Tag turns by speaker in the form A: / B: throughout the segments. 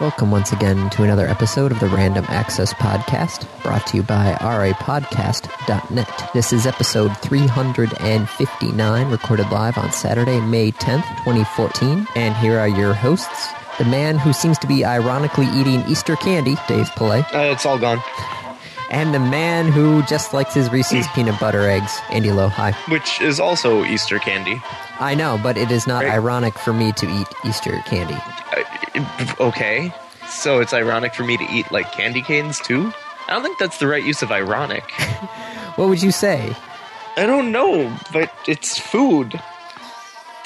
A: Welcome once again to another episode of the Random Access Podcast, brought to you by rapodcast.net. This is episode 359, recorded live on Saturday, May 10th, 2014. And here are your hosts the man who seems to be ironically eating Easter candy, Dave Pillay,
B: Uh, it's all gone.
A: and the man who just likes his Reese's peanut butter eggs, Andy Lohi.
B: Which is also Easter candy.
A: I know, but it is not
B: Right.
A: ironic for me to eat Easter candy.
B: I- Uh, Okay. So it's ironic for me to eat like candy canes too? I don't think that's the right use of ironic.
A: What would you say?
B: I don't know, but it's food.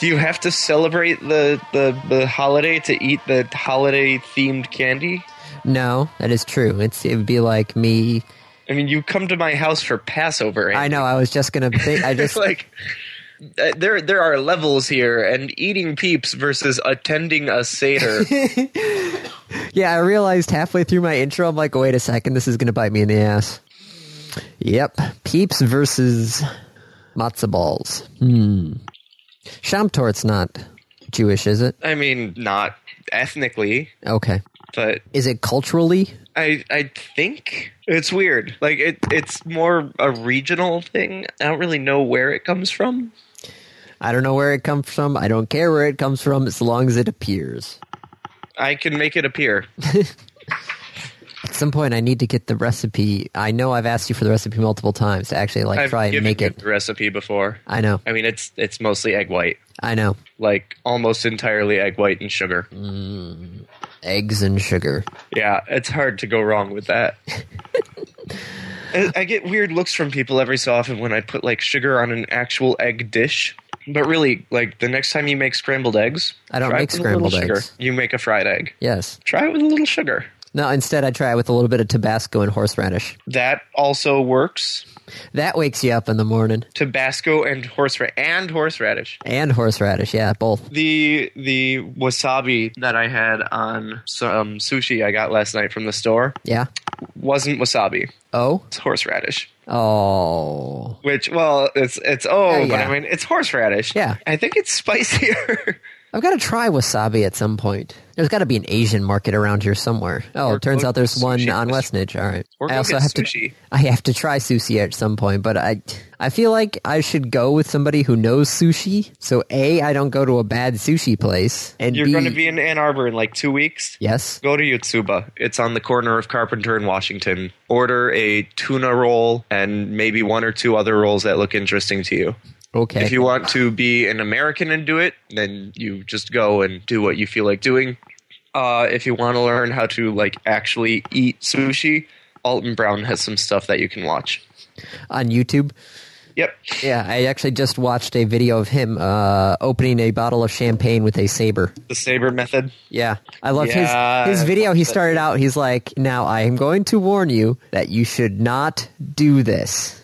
B: Do you have to celebrate the, the, the holiday to eat the holiday themed candy?
A: No, that is true. It's it would be like me
B: I mean, you come to my house for Passover.
A: I
B: and
A: know. I was just gonna. Think, I
B: It's
A: just
B: like uh, there there are levels here, and eating peeps versus attending a seder.
A: yeah. I realized halfway through my intro, I'm like, wait a second, this is gonna bite me in the ass. Yep, peeps versus matzo balls. Hmm. Shamtort's not Jewish, is it?
B: I mean, not ethnically,
A: Okay.
B: but
A: Is it culturally?
B: I I think it's weird. Like it it's more a regional thing. I don't really know where it comes from.
A: I don't know where it comes from. I don't care where it comes from, as long as it appears.
B: I can make it appear.
A: At some point, I need to get the recipe. I know I've asked you for the recipe multiple times to actually like
B: I've
A: try and
B: given
A: make
B: you
A: it.
B: the recipe before.
A: I know.
B: I mean, it's it's mostly egg white,
A: I know.
B: like almost entirely egg white and sugar.
A: Eggs and sugar.
B: Yeah, it's hard to go wrong with that. I I get weird looks from people every so often when I put like sugar on an actual egg dish. But really, like the next time you make scrambled eggs,
A: I don't
B: try
A: make
B: it with a little
A: scrambled
B: sugar.
A: eggs.
B: You make a fried egg.
A: Yes.
B: Try it with a little sugar.
A: No, instead I try it with a little bit of Tabasco and horseradish.
B: That also works.
A: That wakes you up in the morning.
B: Tabasco and horseradish and horseradish.
A: And horseradish, yeah, both.
B: The the wasabi that I had on some sushi I got last night from the store
A: Yeah.
B: wasn't wasabi.
A: Oh?
B: It's horseradish.
A: Oh.
B: Which well, it's it's oh,
A: Yeah,
B: but
A: yeah.
B: I mean it's horseradish.
A: Yeah.
B: I think it's spicier.
A: I've got to try wasabi at some point. There's got to be an Asian market around here somewhere. Oh,
B: Or
A: it turns
B: go
A: out there's
B: to
A: one
B: sushi
A: on
B: restaurant.
A: Westnich. All right.
B: Or go
A: I also
B: get
A: have
B: sushi.
A: to I have to try sushi at some point, but I I feel like I should go with somebody who knows sushi. So A, I don't go to a bad sushi place and
B: You're
A: B,
B: going to be in Ann Arbor in like two weeks.
A: Yes.
B: Go to Yotsuba. It's on the corner of Carpenter and Washington. Order a tuna roll and maybe one or two other rolls that look interesting to you.
A: Okay.
B: If you want to be an American and do it, then you just go and do what you feel like doing. Uh, if you want to learn how to like actually eat sushi, Alton Brown has some stuff that you can watch.
A: on YouTube.
B: Yep.
A: Yeah, I actually just watched a video of him uh, opening a bottle of champagne with a saber.
B: The Saber Method.
A: Yeah, I love
B: Yeah,
A: his
B: I
A: his video.
B: love
A: He
B: that.
A: started out. He's like, "Now I am going to warn you that you should not do this."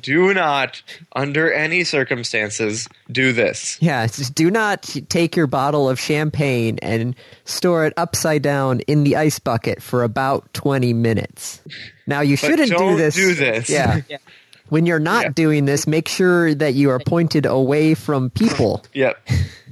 B: Do not, under any circumstances, do this.
A: Yeah, it's just do not take your bottle of champagne and store it upside down in the ice bucket for about twenty minutes. Now you shouldn't
B: don't
A: do this.
B: do this.
A: Yeah. When you're not
B: Yeah.
A: doing this, make sure that you are pointed away from people.
B: Yep.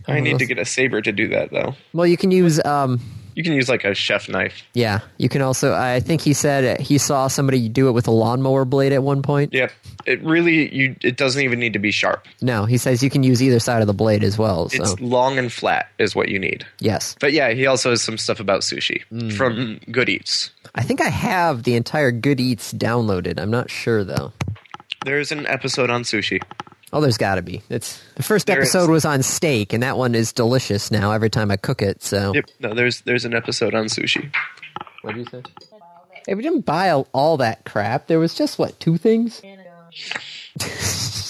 B: I
A: Oh,
B: need to get a saber to do that, though.
A: Well, you can use um,
B: You can use like a chef knife.
A: Yeah, you can also. I think he said he saw somebody do it with a lawnmower blade at one point.
B: Yep. It really, you. It doesn't even need to be sharp.
A: No, he says you can use either side of the blade as well. So
B: It's long and flat is what you need.
A: yes,
B: But yeah, he also has some stuff about sushi
A: Mm.
B: from Good Eats.
A: I think I have the entire Good Eats downloaded. I'm not sure though.
B: There's an episode on sushi.
A: Oh, there's got to be. It's the first
B: There
A: episode
B: is.
A: was on steak, and that one is delicious now. Every time I cook it, so
B: Yep. No, there's there's an episode on sushi.
A: what do you say? Hey, we didn't buy all- all that crap. There was just what two things.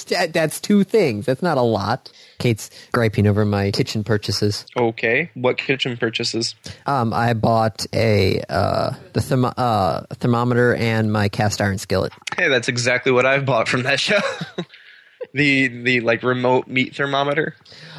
A: That- That's two things. That's not a lot. Kate's griping over my kitchen purchases.
B: Okay. What kitchen purchases?
A: Um, I bought a uh, the thermo- uh, thermometer and my cast iron skillet.
B: Hey, that's exactly what I've bought from that show. the the like remote meat thermometer.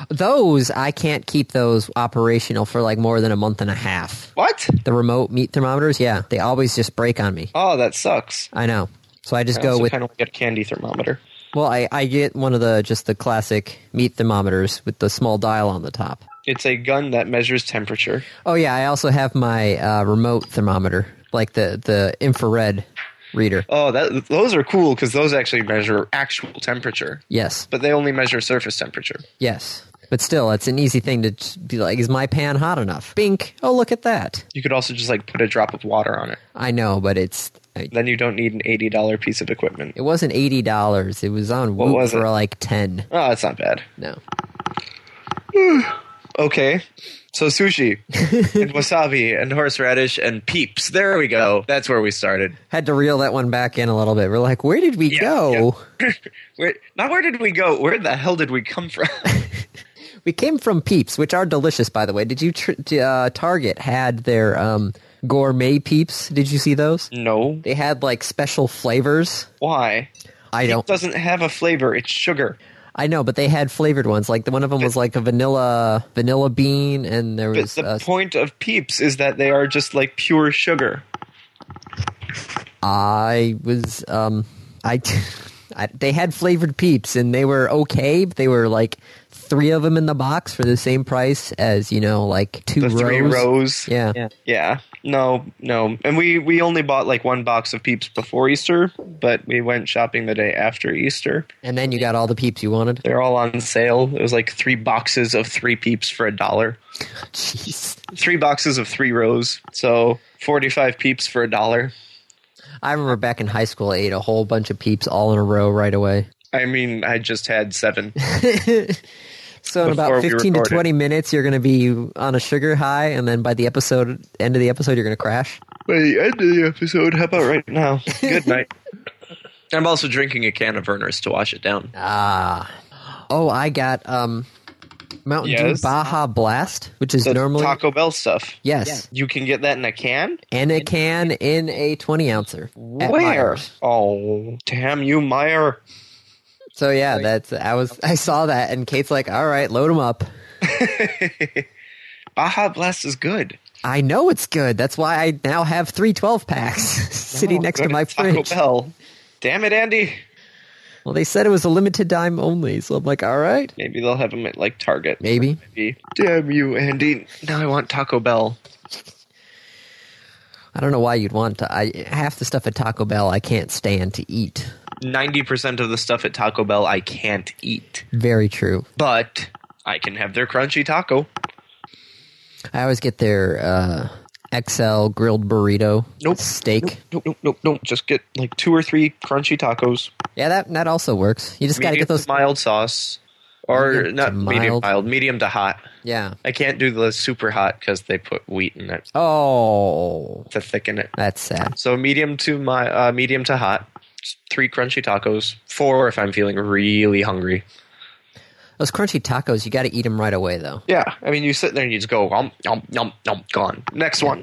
A: Those I can't keep those operational for like more than a month and a half.
B: What?
A: The remote meat thermometers, yeah, they always just break on me.
B: Oh, that sucks.
A: I know, so I just
B: I
A: go
B: also
A: with
B: kind of get a candy thermometer.
A: well, I, I get one of the just the classic meat thermometers with the small dial on the top.
B: It's a gun that measures temperature.
A: Oh yeah, I also have my uh, remote thermometer, like the the infrared reader.
B: Oh, that those are cool because those actually measure actual temperature,
A: Yes,
B: but they only measure surface temperature.
A: yes. But still, it's an easy thing to just be like, is my pan hot enough? Bink. Oh, look at that.
B: You could also just like put a drop of water on it.
A: I know, but it's. I,
B: Then you don't need an eighty dollar piece of equipment.
A: it wasn't eighty dollars. It was on Woot
B: was
A: for
B: it?
A: like ten.
B: Oh, that's not bad.
A: No.
B: Okay. So sushi and wasabi and horseradish and peeps. There we go. That's where we started.
A: Had to reel that one back in a little bit. We're like, where did we go?
B: Where, now where did we go? Where the hell did we come from?
A: We came from Peeps, which are delicious, by the way. Did you? Tr- t- uh, Target had their um, gourmet Peeps. Did you see those?
B: no.
A: They had like special flavors.
B: Why?
A: I
B: It
A: don't.
B: doesn't have a flavor. It's sugar.
A: I know, but they had flavored ones. Like the one of them was like a vanilla vanilla bean, and there
B: But
A: was.
B: the
A: Uh,
B: point of peeps is that they are just like pure sugar.
A: I was. Um, I, I. They had flavored peeps, and they were okay. But they were like three of them in the box for the same price as you know, like two
B: The
A: rows.
B: three rows.
A: Yeah.
B: Yeah. No, no. And we we only bought like one box of peeps before Easter, but we went shopping the day after Easter.
A: and then you got all the peeps you wanted.
B: They're all on sale. It was like three boxes of three peeps for a dollar.
A: Jeez.
B: Three boxes of three rows. So 45 peeps for a dollar.
A: I remember back in high school, I ate a whole bunch of peeps all in a row right away.
B: I mean, I just had seven.
A: So in
B: Before
A: about
B: we
A: 15 to
B: recorded.
A: 20 minutes, you're going to be on a sugar high, and then by the episode end of the episode, you're going to crash.
B: By the end of the episode, how about right now? Good night. I'm also drinking a can of Verner's to wash it down.
A: Ah. Oh, I got um, Mountain
B: Yes.
A: Dew Baja Blast, which is
B: The
A: normally
B: Taco Bell stuff.
A: yes,
B: You can get that in a can?
A: and a can in a 20 ouncer. at
B: Where?
A: Meijer's.
B: Oh, damn you, Meyer.
A: So yeah, that's I was I saw that, and Kate's like, "All right, load them up."
B: Baja Blast is good.
A: I know it's good. That's why I now have three 12 packs sitting
B: Oh,
A: next
B: go
A: to my
B: Taco
A: fridge.
B: Bell. Damn it, Andy.
A: Well, they said it was a limited time only, so I'm like, all right,
B: Maybe they'll have them at like Target.
A: maybe.
B: Maybe. Damn you, Andy. Now I want Taco Bell.
A: I don't know why you'd want to. I half the stuff at Taco Bell I can't stand to eat.
B: 90% of the stuff at Taco Bell I can't eat,
A: Very true.
B: but I can have their crunchy taco.
A: I always get their uh, XL grilled burrito
B: Nope.
A: steak.
B: Nope, nope, nope, nope. Just get like two or three crunchy tacos.
A: Yeah, that that also works. You just got to
B: Medium
A: get those.
B: to mild sauce. Or
A: Medium to
B: not medium
A: mild.
B: mild, medium to hot.
A: Yeah.
B: I can't do the super hot because they put wheat in it
A: Oh,
B: to thicken it.
A: that's sad.
B: So medium to my uh, medium to hot, three crunchy tacos, four if I'm feeling really hungry.
A: Those crunchy tacos, you got to eat them right away though.
B: Yeah, I mean you sit there and you just go um um um um gone. Next one,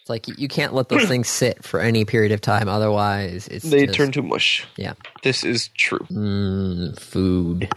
A: It's like you, you can't let those things sit for any period of time, otherwise it's
B: they
A: just-
B: turn to mush.
A: yeah
B: This is true.
A: mm, food.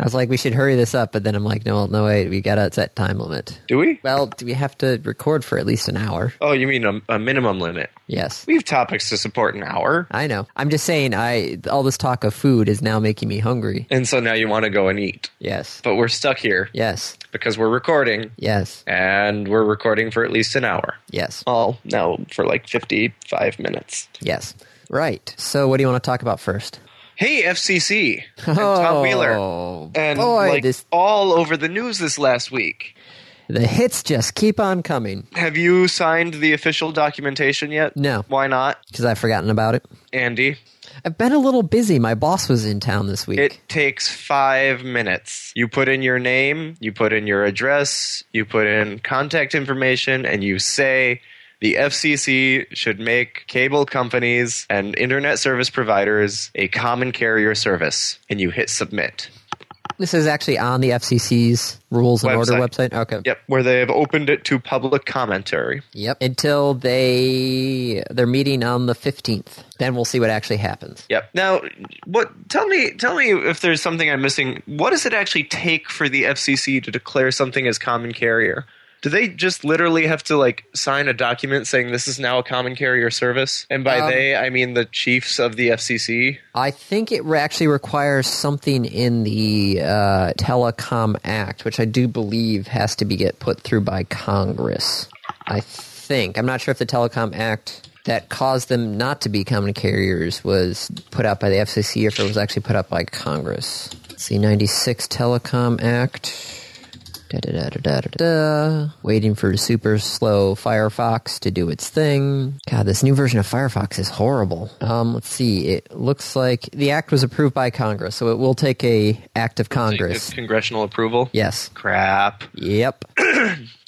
A: I was like, we should hurry this up, but then I'm like, no, no, wait, we gotta set time limit.
B: Do we?
A: Well, do we have to record for at least an hour?
B: Oh, you mean a, a minimum limit?
A: Yes.
B: We have topics to support an hour,
A: I know. I'm just saying, I all this talk of food is now making me hungry.
B: and so now you want to go and eat,
A: Yes.
B: but we're stuck here
A: Yes.
B: because we're recording,
A: Yes.
B: and we're recording for at least an hour.
A: Yes.
B: Well, no, for like fifty-five minutes.
A: Yes. Right. So, what do you want to talk about first?
B: Hey, FCC and Tom Wheeler.
A: Oh,
B: and
A: boy,
B: like
A: this
B: all over the news this last week.
A: the hits just keep on coming
B: Have you signed the official documentation yet?
A: No.
B: Why not,
A: because I've forgotten about it.
B: Andy?
A: I've been a little busy. My boss was in town this week.
B: It takes five minutes. You put in your name, you put in your address, you put in contact information, and you say the FCC should make cable companies and internet service providers a common carrier service. And you hit submit.
A: this is actually on the FCC's rules and order
B: Website.
A: website. Okay.
B: Yep, where they have opened it to public commentary.
A: Yep. Until they they're meeting on the fifteenth. Then we'll see what actually happens.
B: Yep. Now, what? Tell me, tell me if there's something I'm missing. What does it actually take for the FCC to declare something as common carrier? Do they just literally have to like sign a document saying this is now a common carrier service? And by
A: Um,
B: they, I mean the chiefs of the FCC.
A: I think it re- actually requires something in the uh, Telecom Act, which I do believe has to be get put through by Congress. I think I'm not sure if the Telecom Act that caused them not to be common carriers was put out by the FCC or if it was actually put out by Congress. See, 96 Telecom Act. Da, da, da, da, da, da, da. Waiting for super slow Firefox to do its thing. God, this new version of Firefox is horrible. Um, let's see. It looks like the act was approved by Congress, so it will take a act of Congress.
B: Congressional approval.
A: Yes.
B: Crap.
A: Yep.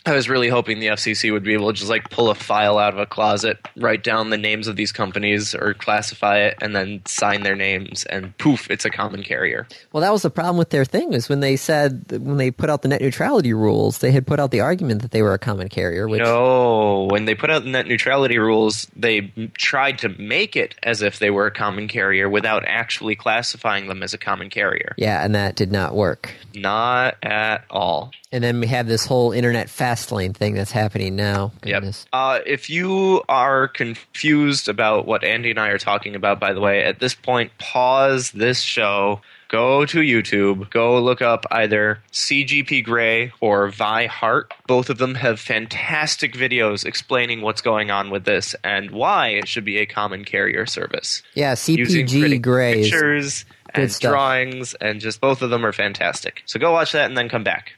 B: I was really hoping the FCC would be able to just like pull a file out of a closet, write down the names of these companies or classify it, and then sign their names, and poof, it's a common carrier.
A: Well, that was the problem with their thing is when they said when they put out the net neutrality rules, they had put out the argument that they were a common carrier, which
B: No, when they put out the net neutrality rules, they m- tried to make it as if they were a common carrier without actually classifying them as a common carrier.
A: yeah, and that did not work.
B: Not at all.
A: And then we have this whole internet fast lane thing that's happening now. Goodness.
B: Uh, if you are confused about what Andy and I are talking about, by the way, at this point, pause this show. Go to YouTube. Go look up either CGP Grey or Vi Hart. Both of them have fantastic videos explaining what's going on with this and why it should be a common carrier service.
A: Yeah,
B: Using pretty
A: CPG Gray is
B: pictures and
A: stuff.
B: drawings, and just both of them are fantastic. So go watch that and then come back.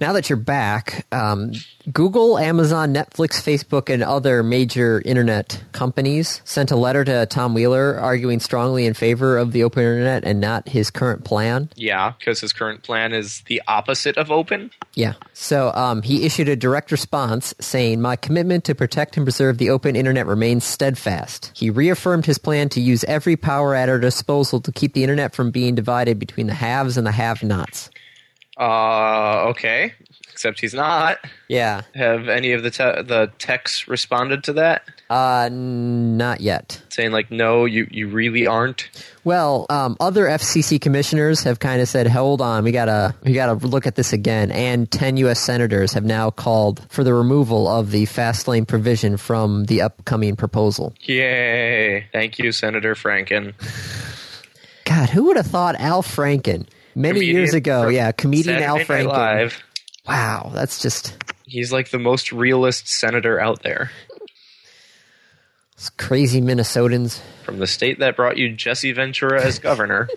A: now that you're back, um, Google, Amazon, Netflix, Facebook, and other major internet companies sent a letter to Tom Wheeler arguing strongly in favor of the open internet and not his current plan.
B: Yeah, because his current plan is the opposite of open.
A: Yeah. So um, he issued a direct response saying, My commitment to protect and preserve the open internet remains steadfast. He reaffirmed his plan to use every power at our disposal to keep the internet from being divided between the haves and the have nots.
B: Uh, okay. Except he's not.
A: Yeah.
B: Have any of the te- the techs responded to that,
A: Uh, n- not yet.
B: saying like, "No, you you really aren't."
A: Well, um, other FCC commissioners have kind of said, "Hold on, we gotta we gotta look at this again." And ten U.S. senators have now called for the removal of the fast lane provision from the upcoming proposal.
B: Yay! Thank you, Senator Franken.
A: God, who would have thought Al Franken many
B: Comedian
A: years ago?
B: from
A: Yeah, comedian
B: Saturday
A: Al
B: Night
A: Franken.
B: Live.
A: Wow, that's just
B: He's like the most realist senator out there
A: it's crazy Minnesotans.
B: from the state that brought you Jesse Ventura as governor.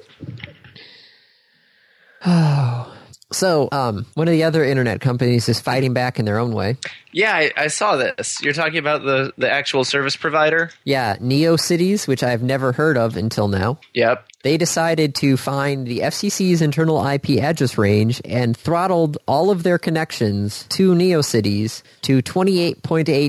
A: So, um, one of the other internet companies is fighting back in their own way.
B: yeah, I, I saw this. You're talking about the the actual service provider.
A: Yeah, NeoCities, which I've never heard of until now.
B: Yep.
A: they decided to find the FCC's internal IP address range and throttled all of their connections to NeoCities to 28.8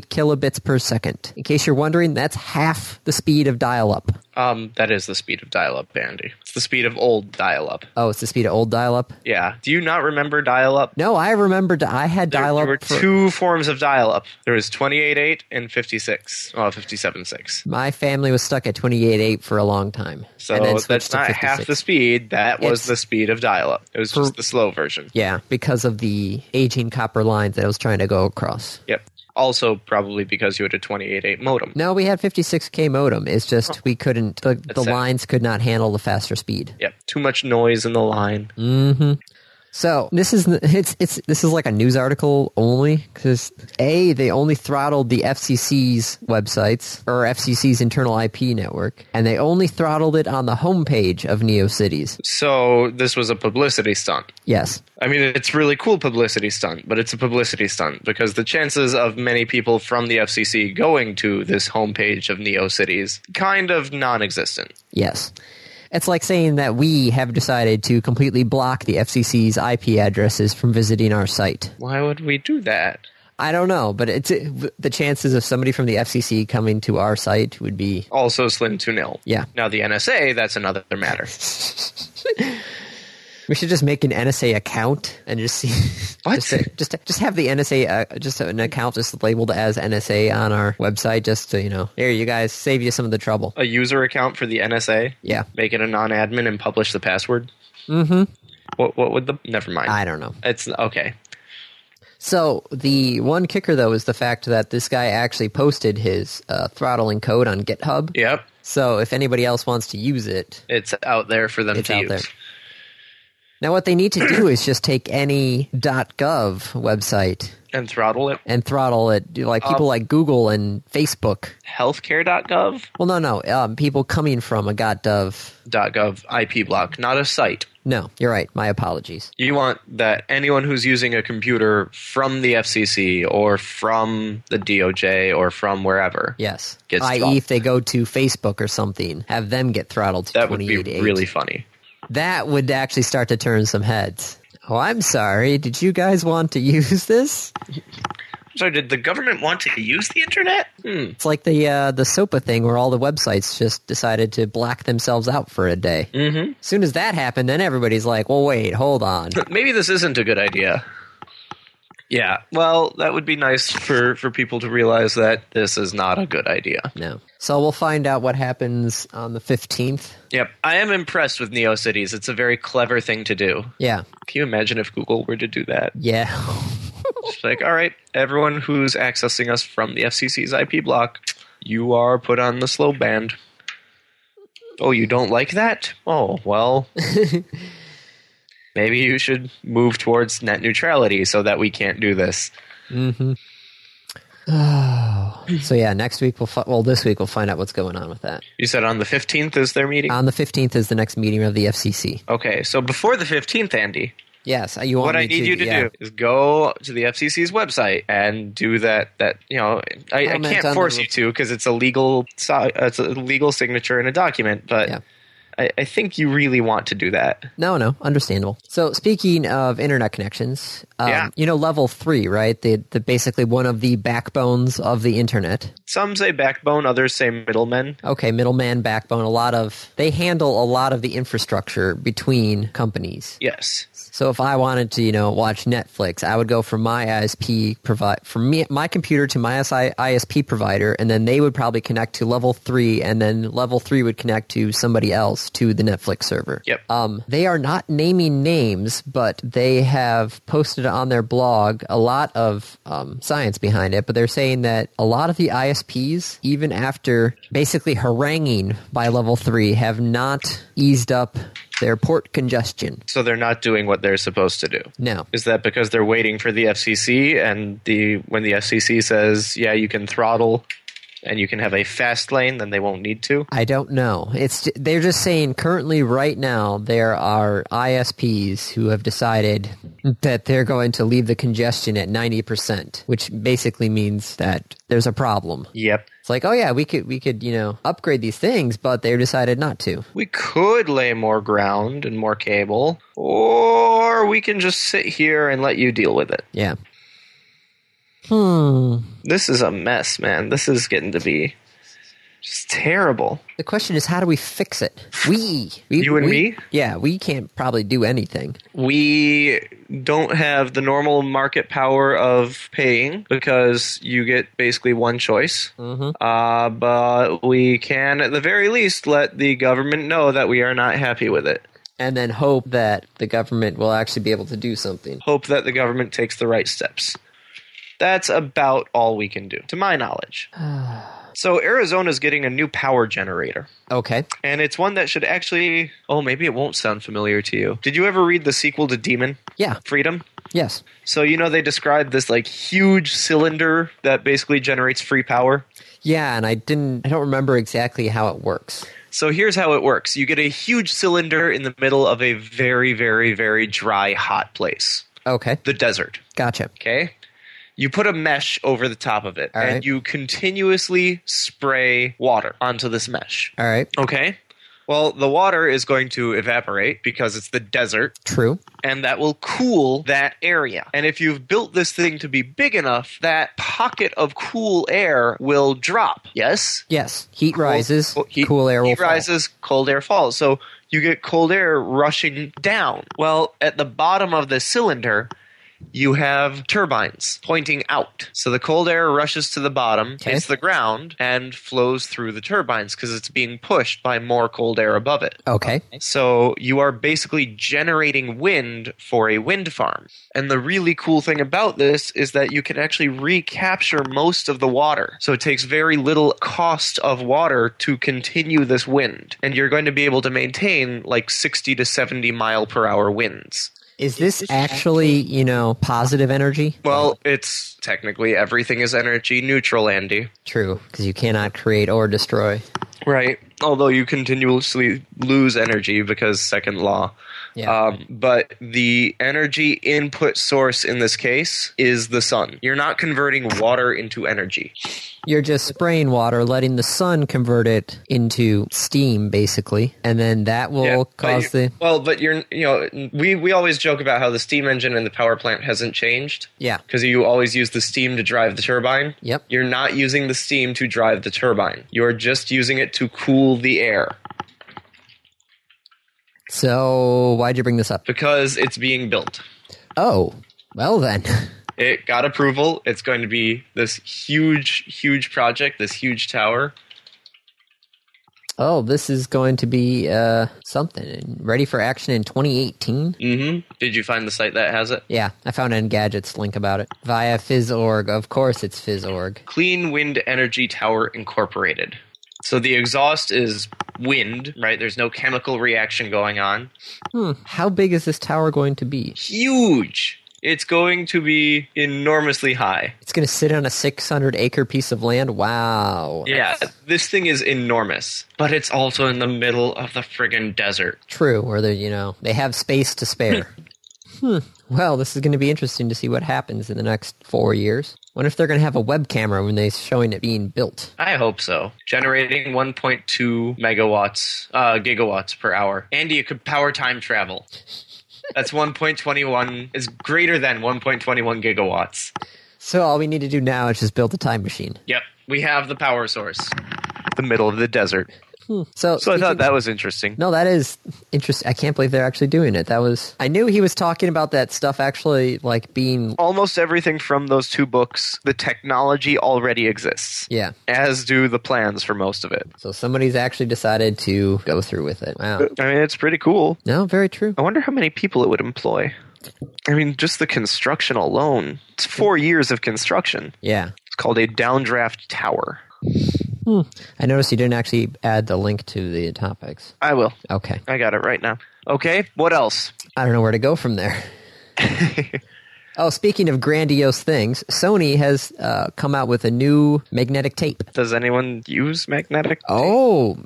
A: kilobits per second. In case you're wondering, that's half the speed of dial up.
B: Um, that is the speed of dial-up, Bandy. It's the speed of old dial-up.
A: Oh, it's the speed of old dial up?
B: Yeah. Do you not remember dial-up?
A: No, I remember di- I had
B: There,
A: dial
B: there were
A: up.
B: two forms of dial-up. There was 28.8 and 56, well, 57.6.
A: My family was stuck at 28.8 for a long time. and then
B: So
A: switched
B: that's
A: to
B: not
A: 56.
B: half the speed. That was
A: It's-
B: the speed of dial-up. It was just the slow version.
A: Yeah, because of the aging copper lines that I was trying to go across.
B: Yep. Also, probably because you had a 28.8 modem.
A: No, we had 56k modem. It's just we couldn't the, the
B: sad.
A: lines could not handle the faster speed.
B: Yep. Too much noise in the line.
A: Mm. So this is it's it's this is like a news article only because a they only throttled the FCC's websites or FCC's internal IP network, and they only throttled it on the homepage of NeoCities.
B: So this was a publicity stunt.
A: Yes,
B: I mean, it's really cool publicity stunt, but it's a publicity stunt because the chances of many people from the FCC going to this homepage of NeoCities kind of non-existent.
A: yes. It's like saying that we have decided to completely block the FCC's IP addresses from visiting our site.
B: Why would we do that?
A: I don't know, but it's the chances of somebody from the FCC coming to our site would be
B: also slim to nil.
A: Yeah.
B: Now the NSA, that's another matter.
A: We should just make an NSA account and just see.
B: What?
A: Just, just, just have the NSA, uh, just an account just labeled as NSA on our website, just to, you know, here, you guys, save you some of the trouble.
B: A user account for the NSA.
A: Yeah.
B: Make it a non-admin and publish the password. Mm-hmm. What? What would the? Never mind.
A: I don't know.
B: it's okay.
A: So the one kicker though is the fact that this guy actually posted his uh, throttling code on GitHub.
B: Yep,
A: So if anybody else wants to use it,
B: it's out there for them
A: it's
B: to
A: out
B: use.
A: there. Now what they need to do is just take any .gov website
B: And throttle it.
A: and throttle it, do like
B: Um,
A: people like Google and Facebook.
B: Healthcare.gov.
A: Well, no, no, um, people coming from a .gov.
B: .gov IP block, not a site.
A: No, you're right. My apologies.
B: You want that anyone who's using a computer from the FCC or from the DOJ or from wherever.
A: Yes,
B: Gets
A: i.e.,
B: throttled.
A: if they go to Facebook or something, have them get throttled to
B: That would be
A: 28.8.
B: really funny.
A: that would actually start to turn some heads. Oh, I'm sorry. Did you guys want to use this?
B: So, did the government want to use the internet? Hmm.
A: It's like the uh, the SOPA thing where all the websites just decided to black themselves out for a day.
B: Mm-hmm.
A: As soon as that happened, then everybody's like, "Well, wait, hold on."
B: Maybe this isn't a good idea. Yeah. Well, that would be nice for, for people to realize that this is not a good idea.
A: No. So we'll find out what happens on the fifteenth.
B: Yep. I am impressed with NeoCities. It's a very clever thing to do.
A: Yeah.
B: Can you imagine if Google were to do that?
A: Yeah.
B: It's like, all right, everyone who's accessing us from the FCC's IP block, you are put on the slow band. Oh, you don't like that? Oh, well. Maybe you should move towards net neutrality so that we can't do this.
A: so yeah, next week we'll fi- well this week we'll find out what's going on with that.
B: You said on the 15th is their meeting?
A: On the fifteenth is the next meeting of the FCC.
B: okay, so before the 15th, Andy,
A: Yes, uh, you want
B: what
A: me
B: I need you to
A: yeah.
B: do is go to the FCC's website and do that. That you know, I, I
A: Comment on
B: can't
A: the
B: force
A: re-
B: you to because it's a legal si- uh, it's a legal signature in a document. But
A: Yeah.
B: I, I think you really want to do that.
A: No, no, understandable. So speaking of internet connections, um,
B: Yeah.
A: you know level three, right? The the basically one of the backbones of the internet.
B: Some say backbone, others say middlemen.
A: Okay, middleman backbone. A lot of they handle a lot of the infrastructure between companies.
B: Yes,
A: So if I wanted to, you know, watch Netflix, I would go from my ISP provide from me my computer to my SI, ISP provider, and then they would probably connect to level three, and then level three would connect to somebody else to the Netflix server.
B: Yep.
A: Um, they are not naming names, but they have posted on their blog a lot of um, science behind it. But they're saying that a lot of the ISPs, even after basically haranguing by level three, have not eased up their port congestion.
B: so they're not doing what they're supposed to do.
A: No.
B: Is that because they're waiting for the FCC and the when the FCC says, yeah, you can throttle and you can have a fast lane, then they won't need to.
A: I don't know. It's they're just saying currently right now there are ISPs who have decided that they're going to leave the congestion at 90%, which basically means that there's a problem.
B: Yep.
A: It's like, "Oh yeah, we could we could, you know, upgrade these things, but they decided not to."
B: We could lay more ground and more cable, or we can just sit here and let you deal with it.
A: Yeah. Hmm.
B: This is a mess, man. This is getting to be just terrible.
A: The question is how do we fix it? We, we
B: You and
A: we-
B: me?
A: Yeah, we can't probably do anything.
B: We don't have the normal market power of paying because you get basically one choice.
A: Mhm.
B: Uh, but we can, at the very least, let the government know that we are not happy with it.
A: And then hope that the government will actually be able to do something.
B: Hope that the government takes the right steps. That's about all we can do, to my knowledge. So Arizona's getting a new power generator,
A: Okay.
B: and it's one that should actually. Oh, maybe it won't sound familiar to you. Did you ever read the sequel to Demon
A: Yeah.
B: Freedom?
A: Yes.
B: So you know they described this like huge cylinder that basically generates free power.
A: Yeah, and I didn't I don't remember exactly how it works.
B: So here's how it works. You get a huge cylinder in the middle of a very very very dry hot place,
A: Okay.
B: the desert,
A: Gotcha.
B: okay? You put a mesh over the top of it
A: All
B: and
A: right.
B: you continuously spray water onto this mesh.
A: All right.
B: Okay. Well, the water is going to evaporate because it's the desert,
A: True.
B: and that will cool that area. And if you've built this thing to be big enough, that pocket of cool air will drop. Yes?
A: Yes. Heat rises.
B: Cool- heat-
A: cool air will
B: heat
A: fall.
B: rises, cold air falls. So you get cold air rushing down. Well, at the bottom of the cylinder you have turbines pointing out. So the cold air rushes to the bottom,
A: Okay.
B: hits the ground, and flows through the turbines because it's being pushed by more cold air above it.
A: Okay.
B: So you are basically generating wind for a wind farm. And the really cool thing about this is that you can actually recapture most of the water. So it takes very little cost of water to continue this wind. And you're going to be able to maintain like 60 to 70 mile per hour winds.
A: Is this actually, you know, positive energy?
B: Well, it's technically everything is energy neutral, Andy.
A: True, because you cannot create or destroy.
B: Right. Although you continuously lose energy because second law.
A: Yeah.
B: Um, but the energy input source in this case is the sun. You're not converting water into energy.
A: You're just spraying water, letting the sun convert it into steam, basically, and then that will
B: Yeah, but
A: cause
B: you-
A: the.
B: well, but you're you know we we always joke about how the steam engine in the power plant hasn't changed.
A: Yeah.
B: Because you always use the steam to drive the turbine.
A: Yep.
B: You're not using the steam to drive the turbine. You're just using it to cool the air
A: So why'd you bring this up?
B: because it's being built.
A: Oh, well then.
B: It got approval. It's going to be this huge, huge project, this huge tower.
A: Oh, this is going to be uh, something ready for action in 2018.
B: Mm-hmm. Did you find the site that has it?
A: Yeah, I found an Engadget's link about it via Fizzorg. Of course, it's Fizzorg.
B: Clean Wind Energy Tower Incorporated. So the exhaust is wind, right? There's no chemical reaction going on.
A: Hmm, how big is this tower going to be?
B: Huge! It's going to be enormously high.
A: It's going to sit on a 600 acre piece of land. Wow.
B: Yeah, this thing is enormous, but it's also in the middle of the friggin' desert.
A: True, or they you know they have space to spare. hmm. Well, this is going to be interesting to see what happens in the next four years. Wonder if they're going to have a web camera when they're showing it being built.
B: I hope so. Generating 1.2 megawatts, uh, gigawatts per hour. Andy, it could power time travel. That's 1.21. It's greater than 1.21 gigawatts.
A: So all we need to do now is just build a time machine.
B: Yep, we have the power source. The middle of the desert.
A: So,
B: So I
A: speaking-
B: thought that was interesting.
A: No, that is interesting. I can't believe they're actually doing it. That was I knew he was talking about that stuff actually like being
B: Almost everything from those two books, the technology already exists,
A: yeah.
B: as do the plans for most of it.
A: So somebody's actually decided to go through with it. Wow.
B: I mean, it's pretty cool.
A: No, very true.
B: I wonder how many people it would employ. I mean, just the construction alone. It's four years of construction.
A: Yeah.
B: It's called a downdraft tower.
A: I noticed you didn't actually add the link to the topics.
B: I will.
A: Okay.
B: I got it right now. Okay, what else?
A: I don't know where to go from there. oh, speaking of grandiose things, Sony has uh, come out with a new magnetic tape.
B: Does anyone use magnetic?
A: Oh,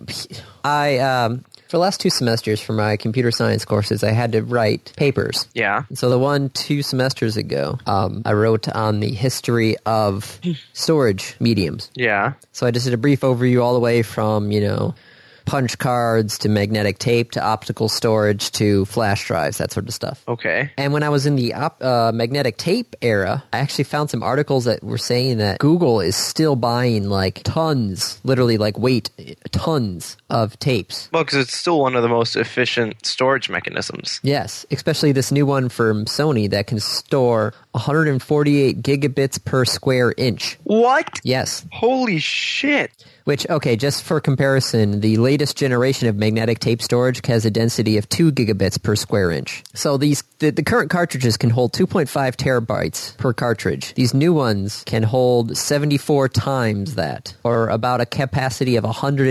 A: I um, for the last two semesters for my computer science courses, I had to write papers.
B: Yeah.
A: So the one two semesters ago, um, I wrote on the history of storage mediums.
B: Yeah.
A: So I just did a brief overview all the way from, you know, punch cards to magnetic tape to optical storage to flash drives, that sort of stuff.
B: Okay.
A: And when I was in the op- uh, magnetic tape era, I actually found some articles that were saying that Google is still buying like tons, literally like weight, tons of tapes.
B: Well, because it's still one of the most efficient storage mechanisms.
A: Yes, especially this new one from Sony that can store 148 gigabits per square inch.
B: What?
A: Yes,
B: Holy shit.
A: Which, okay, just for comparison, the latest generation of magnetic tape storage has a density of 2 gigabits per square inch. So these the, the current cartridges can hold 2.5 terabytes per cartridge. These new ones can hold 74 times that, or about a capacity of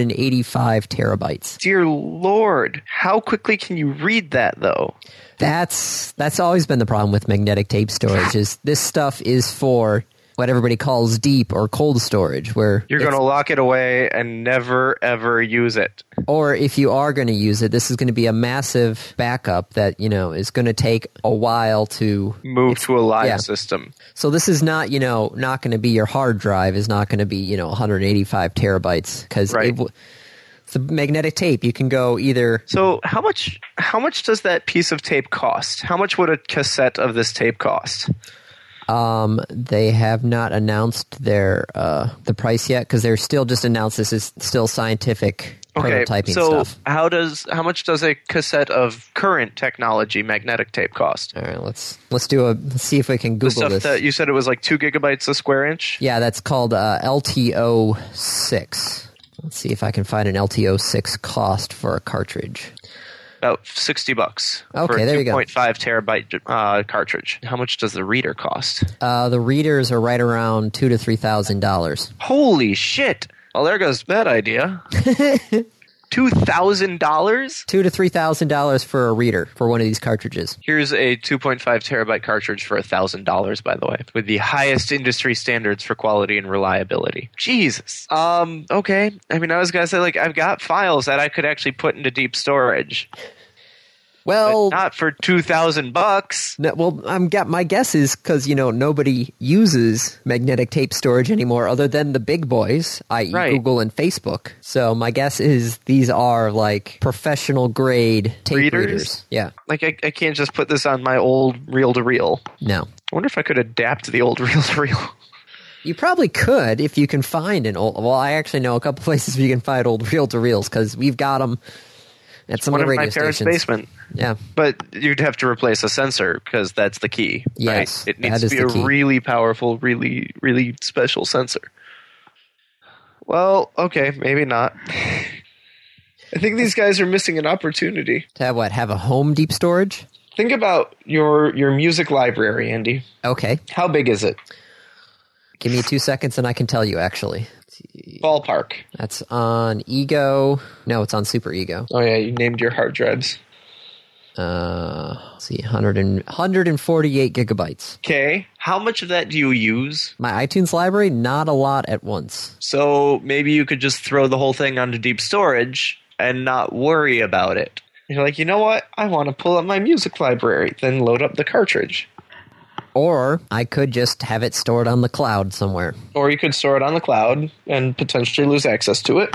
A: 185 terabytes.
B: Dear Lord. How quickly can you read that, though?
A: That's that's always been the problem with magnetic tape storage is this stuff is for what everybody calls deep or cold storage where
B: You're going to lock it away and never, ever use it.
A: or if you are going to use it, this is going to be a massive backup that you know is going to take a while to.
B: Move to a live
A: yeah.
B: system.
A: So this is not you know not going to be your hard drive is not going to be you know 185 terabytes because
B: Right.
A: it's a magnetic tape. You can go either
B: So how much how much does that piece of tape cost? How much would a cassette of this tape cost?
A: Um, they have not announced their uh, the price yet because they're still just announced this is still scientific prototyping
B: so
A: stuff.
B: how does how much does a cassette of current technology magnetic tape cost?
A: All right, let's let's do a let's see if we can
B: The
A: Google
B: stuff
A: this.
B: that you said it was like two gigabytes a square inch.
A: yeah, that's called uh, LTO six. Let's see if I can find an LTO six cost for a cartridge.
B: About sixty bucks for
A: Okay,
B: a
A: there you
B: two
A: go.
B: point five terabyte uh, cartridge. How much does the reader cost?
A: Uh, the readers are right around two to three thousand dollars.
B: Holy shit! Well, there goes that idea. Two thousand dollars.
A: Two to three thousand dollars for a reader for one of these cartridges.
B: Here's a 2.5 terabyte cartridge for $1,000, by the way, with the highest industry standards for quality and reliability. Jesus. Um, okay. I mean, I was going to say, like, I've got files that I could actually put into deep storage,
A: Well,
B: not for 2000 bucks.
A: No, well, I'm got my guess is because you know nobody uses magnetic tape storage anymore, other than the big boys, i.e.,
B: Right.
A: Google and Facebook. So my guess is these are like professional grade tape
B: Readers?
A: readers. Yeah,
B: Like, I, I can't just put this on my old reel to reel. I
A: no,
B: wonder if I could adapt the old reel to reel.
A: you probably could if you can find an old. Well, I actually know a couple places you can find old reel to reels because we've got them at some
B: One
A: of the
B: of
A: radio
B: my parents'
A: stations.
B: basement.
A: Yeah,
B: But you'd have to replace a sensor because that's the key.
A: Yes,
B: right? it needs
A: that
B: to
A: is
B: be
A: the
B: a
A: key.
B: really powerful, really, really special sensor. Well, okay, maybe not. I think these guys are missing an opportunity.
A: to have what have a home deep storage.
B: Think about your your music library, Andy.
A: Okay,
B: How big is it?
A: give me two seconds and I can tell you. Actually,
B: Ballpark.
A: that's on Ego. No, it's on Super Ego.
B: Oh yeah, you named your hard drives.
A: uh let's see 100 and, 148 gigabytes
B: Okay. How much of that do you use?
A: my itunes library not a lot at once
B: So maybe you could just throw the whole thing onto deep storage and not worry about it. You're like, you know what? I want to pull up my music library, then load up the cartridge.
A: or i could just have it stored on the cloud somewhere
B: Or you could store it on the cloud and potentially lose access to it.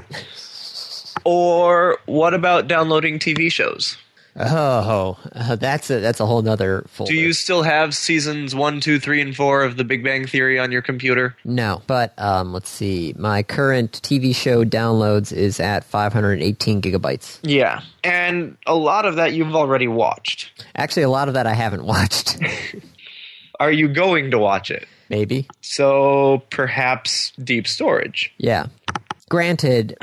B: Or what about downloading TV shows?
A: oh uh, that's a that's a whole nother folder
B: Do you still have seasons one, two, three, and 4 of The Big Bang Theory on your computer?
A: no but um let's see my current tv show downloads is at 518 gigabytes
B: Yeah. And a lot of that you've already watched.
A: actually a lot of that i haven't watched
B: Are you going to watch it?
A: maybe
B: So perhaps deep storage.
A: yeah granted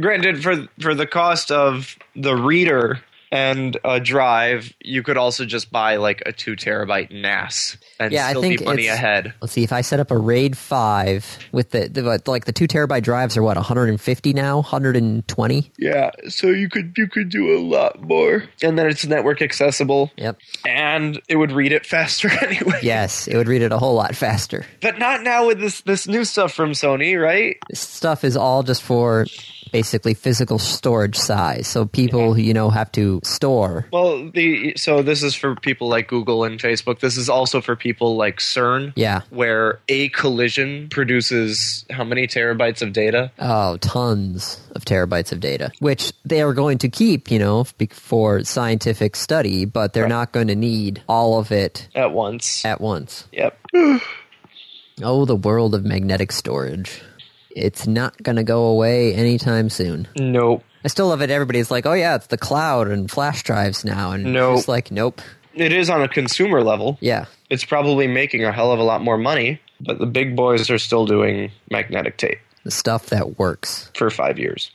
B: granted for for the cost of the reader and a drive you could also just buy like a two terabyte nas and
A: Yeah, I
B: still
A: think
B: be money
A: it's-
B: ahead
A: Let's see if I set up a RAID five with the, the what, like the two terabyte drives are what 150 now, 120.
B: yeah so you could you could do a lot more and then it's network accessible
A: Yep.
B: and it would read it faster anyway
A: Yes, it would read it a whole lot faster.
B: but not now with this this new stuff from sony right
A: This stuff is all just for basically physical storage size. So people who you know have to store.
B: well the so this is for people like google and facebook this is also for people like cern
A: Yeah.
B: where a collision produces how many terabytes of data
A: Oh, tons of terabytes of data, which they are going to keep, you know, be- for scientific study, but they're not going to need all of it
B: at once.
A: at once.
B: Yep.
A: Oh, the world of magnetic storage. It's not going to go away anytime soon.
B: Nope.
A: I still love it. Everybody's like, oh, yeah, it's the cloud and flash drives now. And
B: Nope.
A: it's just like, nope.
B: It is on a consumer level.
A: Yeah.
B: It's probably making a hell of a lot more money, but the big boys are still doing magnetic tape
A: The stuff that works.
B: for five years.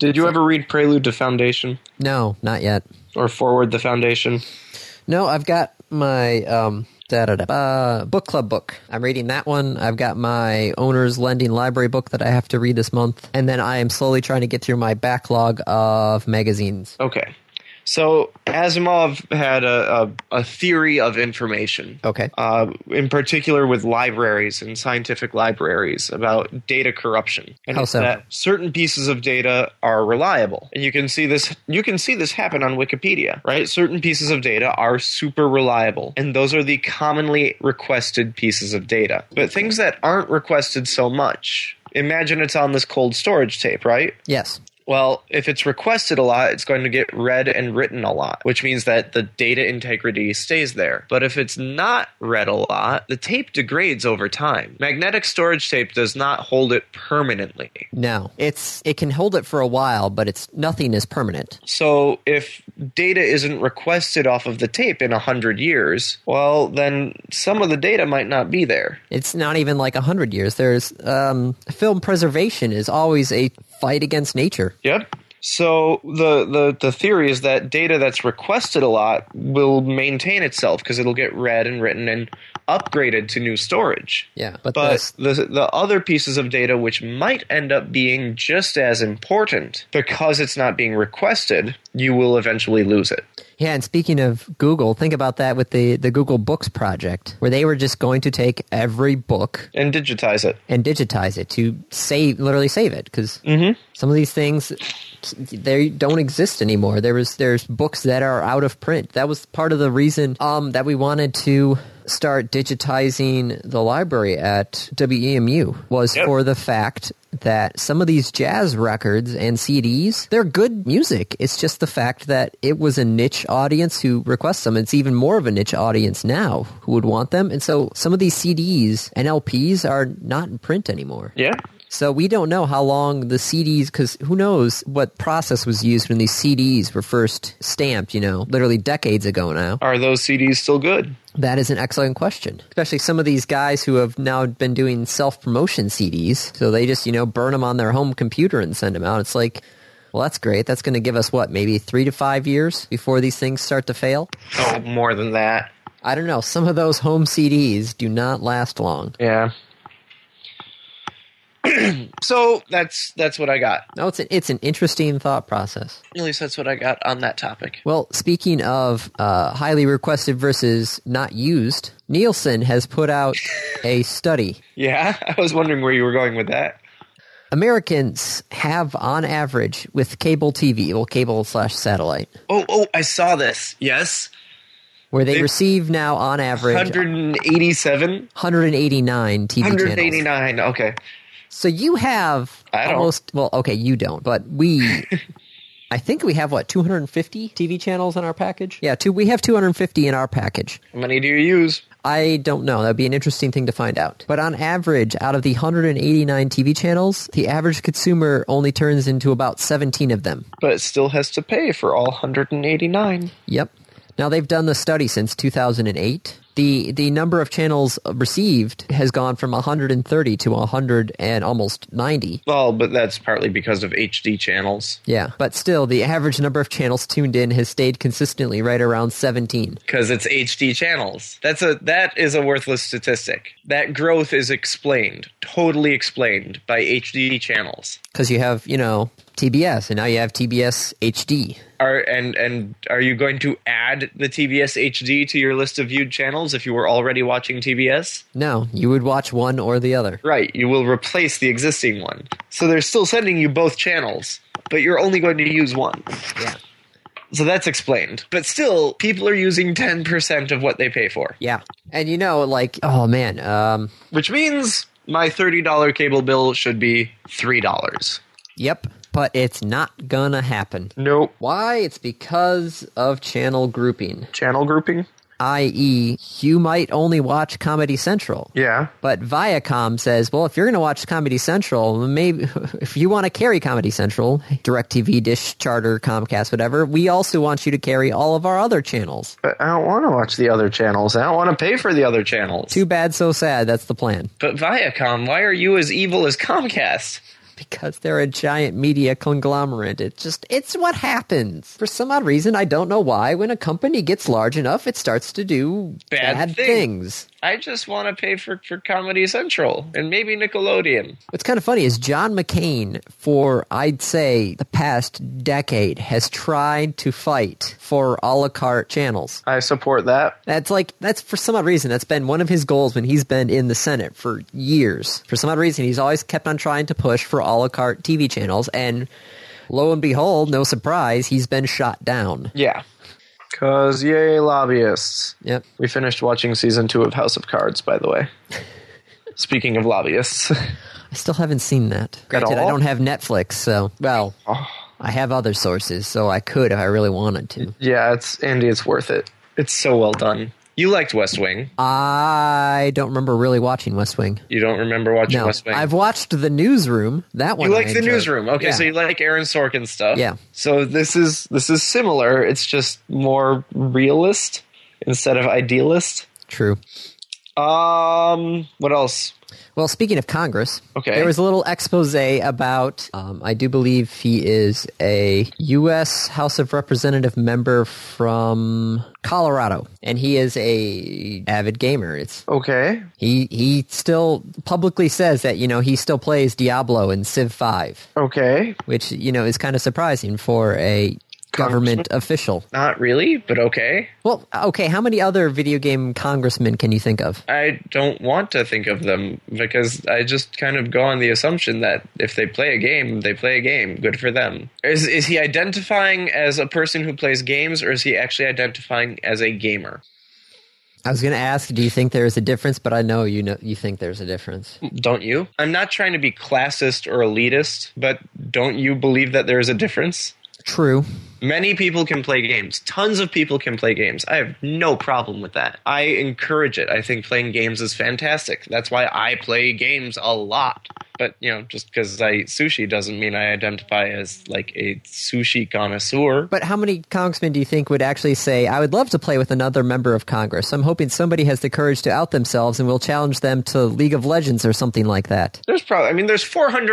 B: Did you ever read Prelude to Foundation
A: No, not yet.
B: or Forward the Foundation?
A: No, I've got my um, da-da-da, uh, book club book. I'm reading that one. I've got my owner's lending library book that I have to read this month. And then I am slowly trying to get through my backlog of magazines.
B: Okay. So Asimov had a, a, a theory of information.
A: Okay.
B: Uh, in particular, with libraries and scientific libraries about data corruption, and
A: How
B: it's
A: so?
B: that certain pieces of data are reliable, and you can see this. You can see this happen on Wikipedia, right? Certain pieces of data are super reliable, and those are the commonly requested pieces of data. But things that aren't requested so much. Imagine it's on this cold storage tape, right?
A: Yes.
B: Well, if it's requested a lot, it's going to get read and written a lot, which means that the data integrity stays there. But if it's not read a lot, the tape degrades over time. Magnetic storage tape does not hold it permanently.
A: No, it's it can hold it for a while, but it's nothing is permanent.
B: So if data isn't requested off of the tape in 100 years, well, then some of the data might not be there.
A: It's not even like hundred years. There's um, film preservation is always a fight against nature.
B: Yep. So the, the, the theory is that data that's requested a lot will maintain itself because it'll get read and written and upgraded to new storage.
A: Yeah, but,
B: But
A: this-
B: the, the other pieces of data which might end up being just as important because it's not being requested, you will eventually lose it.
A: yeah. And speaking of Google, think about that with the the Google Books project, where they were just going to take every book
B: And digitize it.
A: and digitize it to save, literally save it, because some of these things they don't exist anymore. There was there's books that are out of print. That was part of the reason um, that we wanted to start digitizing the library at WEMU was
B: Yep.
A: for the fact that some of these jazz records and CDs they're good music. It's just the fact that it was a niche audience who requests them. It's even more of a niche audience now who would want them. And so some of these CDs and LPs are not in print anymore.
B: Yeah.
A: So we don't know how long the CDs, because who knows what process was used when these CDs were first stamped, you know, literally decades ago now.
B: Are those CDs still good?
A: That is an excellent question. Especially some of these guys who have now been doing self promotion CDs. So they just, you know, burn them on their home computer and send them out. It's like, well, that's great. That's going to give us what, maybe three to five years before these things start to fail?
B: Oh, more than that.
A: I don't know. Some of those home CDs do not last long.
B: Yeah. so that's that's what I got.
A: No, it's an, it's an interesting thought process.
B: At least that's what I got on that topic.
A: Well, speaking of uh, highly requested versus not used, Nielsen has put out a study.
B: Yeah, I was wondering where you were going with that.
A: Americans have, on average, with cable TV, well, cable slash satellite,
B: Oh, oh, I saw this. Yes,
A: where they receive now, on average,
B: 187,
A: 189 TV channels.
B: 189. Okay.
A: So you have
B: I don't.
A: almost, well, okay, you don't, but we. I think we have what 250 TV channels in our package. Yeah, two. We have 250 in our package.
B: How many do you use?
A: I don't know. That'd be an interesting thing to find out. But on average, out of the 189 TV channels, the average consumer only turns into about 17 of them.
B: But it still has to pay for all 189.
A: Yep. Now they've done the study since 2008. The the number of channels received has gone from 130 to 100 and almost 90.
B: Well, but that's partly because of HD channels.
A: Yeah, but still the average number of channels tuned in has stayed consistently right around 17.
B: because it's HD channels. That's a that is a worthless statistic. That growth is explained, totally explained by HD channels.
A: Cuz you have, you know, TBS and now you have TBS HD.
B: Are and and are you going to add the TBS HD to your list of viewed channels if you were already watching TBS?
A: No, you would watch one or the other.
B: Right, you will replace the existing one. So they're still sending you both channels, but you're only going to use one.
A: Yeah.
B: So that's explained. But still, people are using 10% of what they pay for.
A: Yeah. And you know, like, oh man, um,
B: which means my $30 cable bill should be $3.
A: yep, but it's not gonna happen.
B: Nope.
A: Why? It's because of channel grouping,
B: Channel grouping?
A: i.e., you might only watch Comedy Central.
B: Yeah.
A: But Viacom says, well, if you're going to watch Comedy Central, maybe if you want to carry Comedy Central, DirecTV, Dish, Charter, Comcast, whatever, we also want you to carry all of our other channels.
B: But I don't want to watch the other channels. I don't want to pay for the other channels.
A: Too bad, so sad. That's the plan.
B: But Viacom, why are you as evil as Comcast?
A: because they're a giant media conglomerate. It's just, it's what happens. For some odd reason, I don't know why, when a company gets large enough, it starts to do bad,
B: Bad
A: things.
B: things. I just want to pay for, for Comedy Central and maybe Nickelodeon.
A: What's kind of funny is John McCain, for I'd say the past decade, has tried to fight for a la carte channels.
B: I support that.
A: That's like, that's for some odd reason, that's been one of his goals when he's been in the Senate for years. For some odd reason, he's always kept on trying to push for a la carte TV channels, and lo and behold, no surprise, he's been shot down.
B: Yeah. Because yay, lobbyists.
A: Yep.
B: We finished watching season two of House of Cards, by the way. Speaking of lobbyists.
A: I still haven't seen that. Granted, I
B: all? Oh.
A: don't have Netflix, so well, I have other sources, so I could if I really wanted to.
B: Yeah, it's Andy. It's worth it. It's so well done. You liked West Wing.
A: I don't remember really watching West Wing.
B: You don't remember watching
A: No,
B: West Wing.
A: I've watched The Newsroom. That one
B: you
A: I
B: like the
A: enjoyed.
B: newsroom. Okay,
A: Yeah.
B: so you like Aaron Sorkin stuff.
A: Yeah.
B: So this is this is similar. It's just more realist instead of idealist.
A: True.
B: Um, what else?
A: Well, speaking of Congress,
B: Okay.
A: there was a little expose about, um, I do believe he is a U.S. House of Representative member from Colorado, and he is a avid gamer. It's
B: Okay.
A: he he still publicly says that you know he still plays Diablo and Civ Five,
B: Okay.
A: which you know is kind of surprising for a government official.
B: Not really, but okay.
A: Well, okay, how many other video game congressmen can you think of?
B: I don't want to think of them because I just kind of go on the assumption that if they play a game, they play a game. Good for them. Is is he identifying as a person who plays games or is he actually identifying as a gamer?
A: I was going to ask, do you think there is a difference? But I know you know you think there's a difference.
B: Don't you? I'm not trying to be classist or elitist, but don't you believe that there is a difference?
A: True.
B: Many people can play games. Tons of people can play games. I have no problem with that. I encourage it. I think playing games is fantastic. That's why I play games a lot. But, you know, just because I eat sushi doesn't mean I identify as like a sushi connoisseur.
A: But how many congressmen do you think would actually say, I would love to play with another member of Congress? I'm hoping somebody has the courage to out themselves and will challenge them to League of Legends or something like that.
B: There's probably, I mean, there's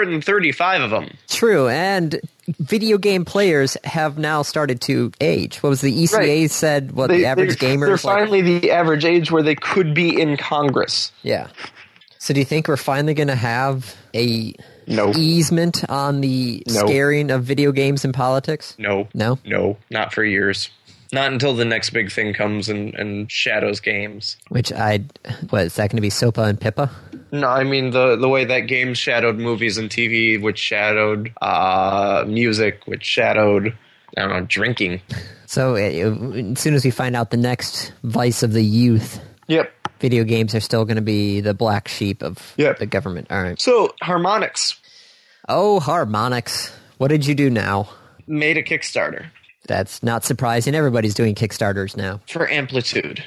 B: 435 of them.
A: True, and video game players have now started to age. What was the ECA
B: Right.
A: said? What the average gamer
B: They're
A: is like?
B: finally the average age where they could be in Congress.
A: Yeah. So do you think we're finally going to have a
B: No.
A: easement on the
B: No.
A: scaring of video games and politics?
B: No.
A: No?
B: No. Not for years. Not until the next big thing comes and, and shadows games.
A: Which I what is that going to be Sopa and Pippa?
B: No, I mean the the way that game shadowed movies and TV, which shadowed uh, music, which shadowed I don't know drinking.
A: So uh, as soon as we find out the next vice of the youth,
B: Yep.
A: video games are still going to be the black sheep of
B: Yep.
A: the government. All right.
B: So harmonics
A: Oh, harmonics. What did you do now?
B: made a Kickstarter
A: That's not surprising. Everybody's doing Kickstarters now.
B: for Amplitude.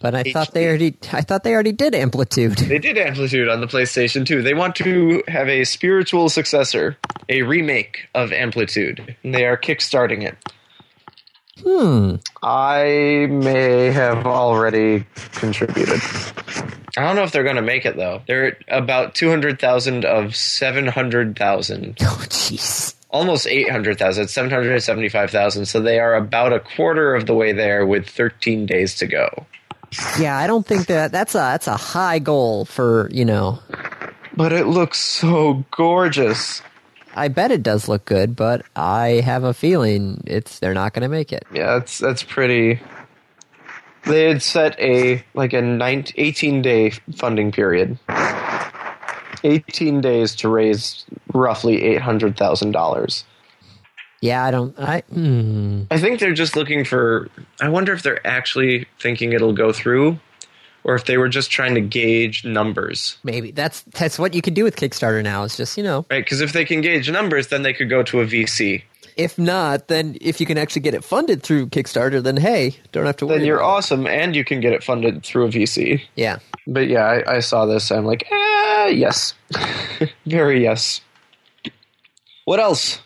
A: But I thought they already I thought they already did amplitude.
B: They did Amplitude on the PlayStation 2. They want to have a spiritual successor, a remake of Amplitude. And they are kickstarting it. Hmm. I may have already contributed. I don't know if they're going to make it though. They're about 200,000 of 700,000,
A: Oh jeez.
B: almost 800,000, 775,000. So they are about a quarter of the way there with 13 days to go.
A: Yeah, I don't think that that's a that's a high goal for, you know,
B: But it looks so gorgeous.
A: I bet it does look good, but I have a feeling it's they're not going to make it.
B: Yeah, that's that's pretty. They had set a like a 19, 18 day funding period. 18 days to raise roughly $800,000.
A: Yeah, I don't. I hmm.
B: I think they're just looking for I wonder if they're actually thinking it'll go through or if they were just trying to gauge numbers.
A: maybe that's that's what you could do with Kickstarter now. Is just you know,
B: Right? Cuz if they can gauge numbers then they could go to a VC.
A: if not, then if you can actually get it funded through Kickstarter, then hey, don't have to worry.
B: Then you're
A: about
B: awesome and you can get it funded through a VC.
A: it. Yeah,
B: But yeah, I, I saw this. I'm like, ah, yes, very yes. What else?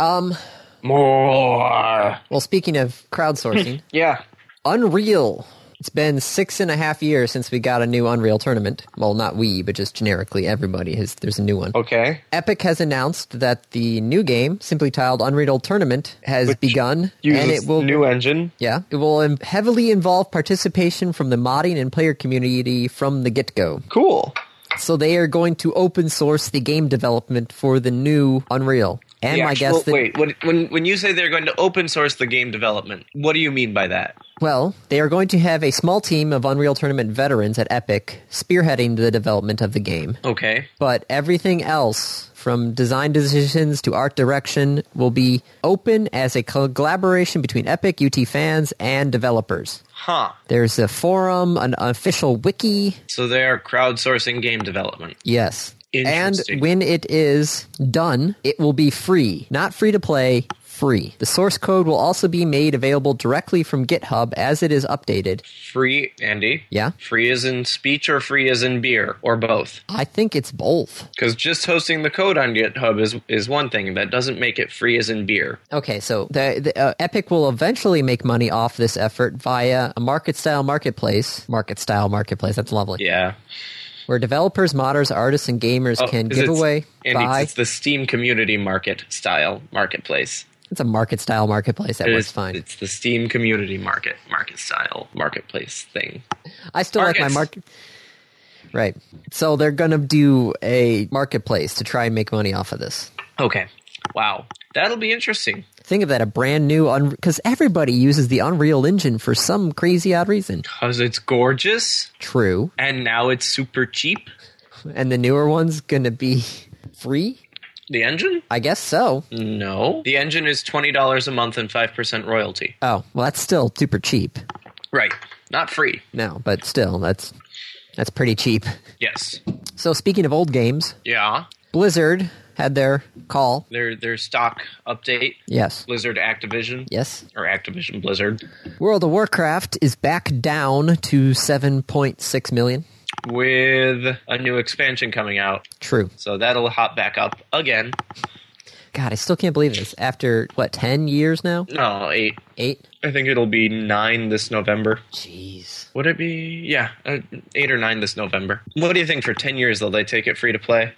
A: Um,
B: More.
A: well, speaking of crowdsourcing,
B: Yeah.
A: Unreal. It's been six and a half years since we got a new Unreal tournament. Well, not we, but just generically, everybody has. There's a new one.
B: Okay.
A: Epic has announced that the new game, simply titled Unreal Tournament, has begun,
B: Use
A: and
B: this
A: it will
B: new engine.
A: yeah it will um, heavily involve participation from the modding and player community from the get go.
B: Cool.
A: So they are going to open source the game development for the new Unreal, and
B: The
A: my
B: actual-
A: guess that
B: wait, when, when when you say they're going to open source the game development, what do you mean by that?
A: well they are going to have a small team of Unreal Tournament veterans at Epic spearheading the development of the game.
B: Okay.
A: but everything else from design decisions to art direction will be open as a collaboration between epic ut fans and developers
B: Huh.
A: there's a forum an official wiki
B: So they are crowdsourcing game development.
A: yes and
B: Interesting.
A: when it is done it will be free not free to play free. The source code will also be made available directly from GitHub as it is updated.
B: Free, Andy.
A: Yeah?
B: Free as in speech or free as in beer or both.
A: I think it's both.
B: Because just hosting the code on GitHub is is one thing. That doesn't make it free as in beer.
A: Okay, so the, the uh, Epic will eventually make money off this effort via a market style marketplace. Market style marketplace. That's lovely.
B: Yeah.
A: Where developers, modders, artists, and gamers
B: Oh,
A: can
B: 'cause
A: give
B: it's-
A: away,
B: Andy,
A: buy.
B: It's the Steam community market style marketplace.
A: It's a market style marketplace. That
B: It
A: works
B: is-
A: fine.
B: It's the Steam community market market style marketplace thing.
A: I still like my
B: Markets.
A: market. Right. So they're going to do a marketplace to try and make money off of this.
B: Okay. Wow. That'll be interesting.
A: Think of that a brand new, because everybody uses the Unreal Engine for some crazy odd reason.
B: Because it's gorgeous
A: True.
B: and now it's super cheap.
A: And the newer one's going to be free?
B: The engine?
A: I guess so.
B: No. The engine is $20 a month and 5% royalty.
A: Oh, well, that's still super cheap.
B: Right. Not free.
A: No, but still, that's that's pretty cheap.
B: Yes.
A: So speaking of old games,
B: Yeah.
A: Blizzard had their call.
B: Their their stock update
A: Yes.
B: Blizzard Activision
A: Yes.
B: or Activision Blizzard,
A: World of Warcraft is back down to 7.6 million.
B: with a new expansion coming out.
A: True.
B: So that'll hop back up again.
A: God, I still can't believe this. After what, 10 years now?
B: No, Oh, eight.
A: 8.
B: I think it'll be nine this November.
A: Jeez.
B: Would it be? Yeah, uh, eight or nine this November. What do you think? For ten years, they'll they take it free to play?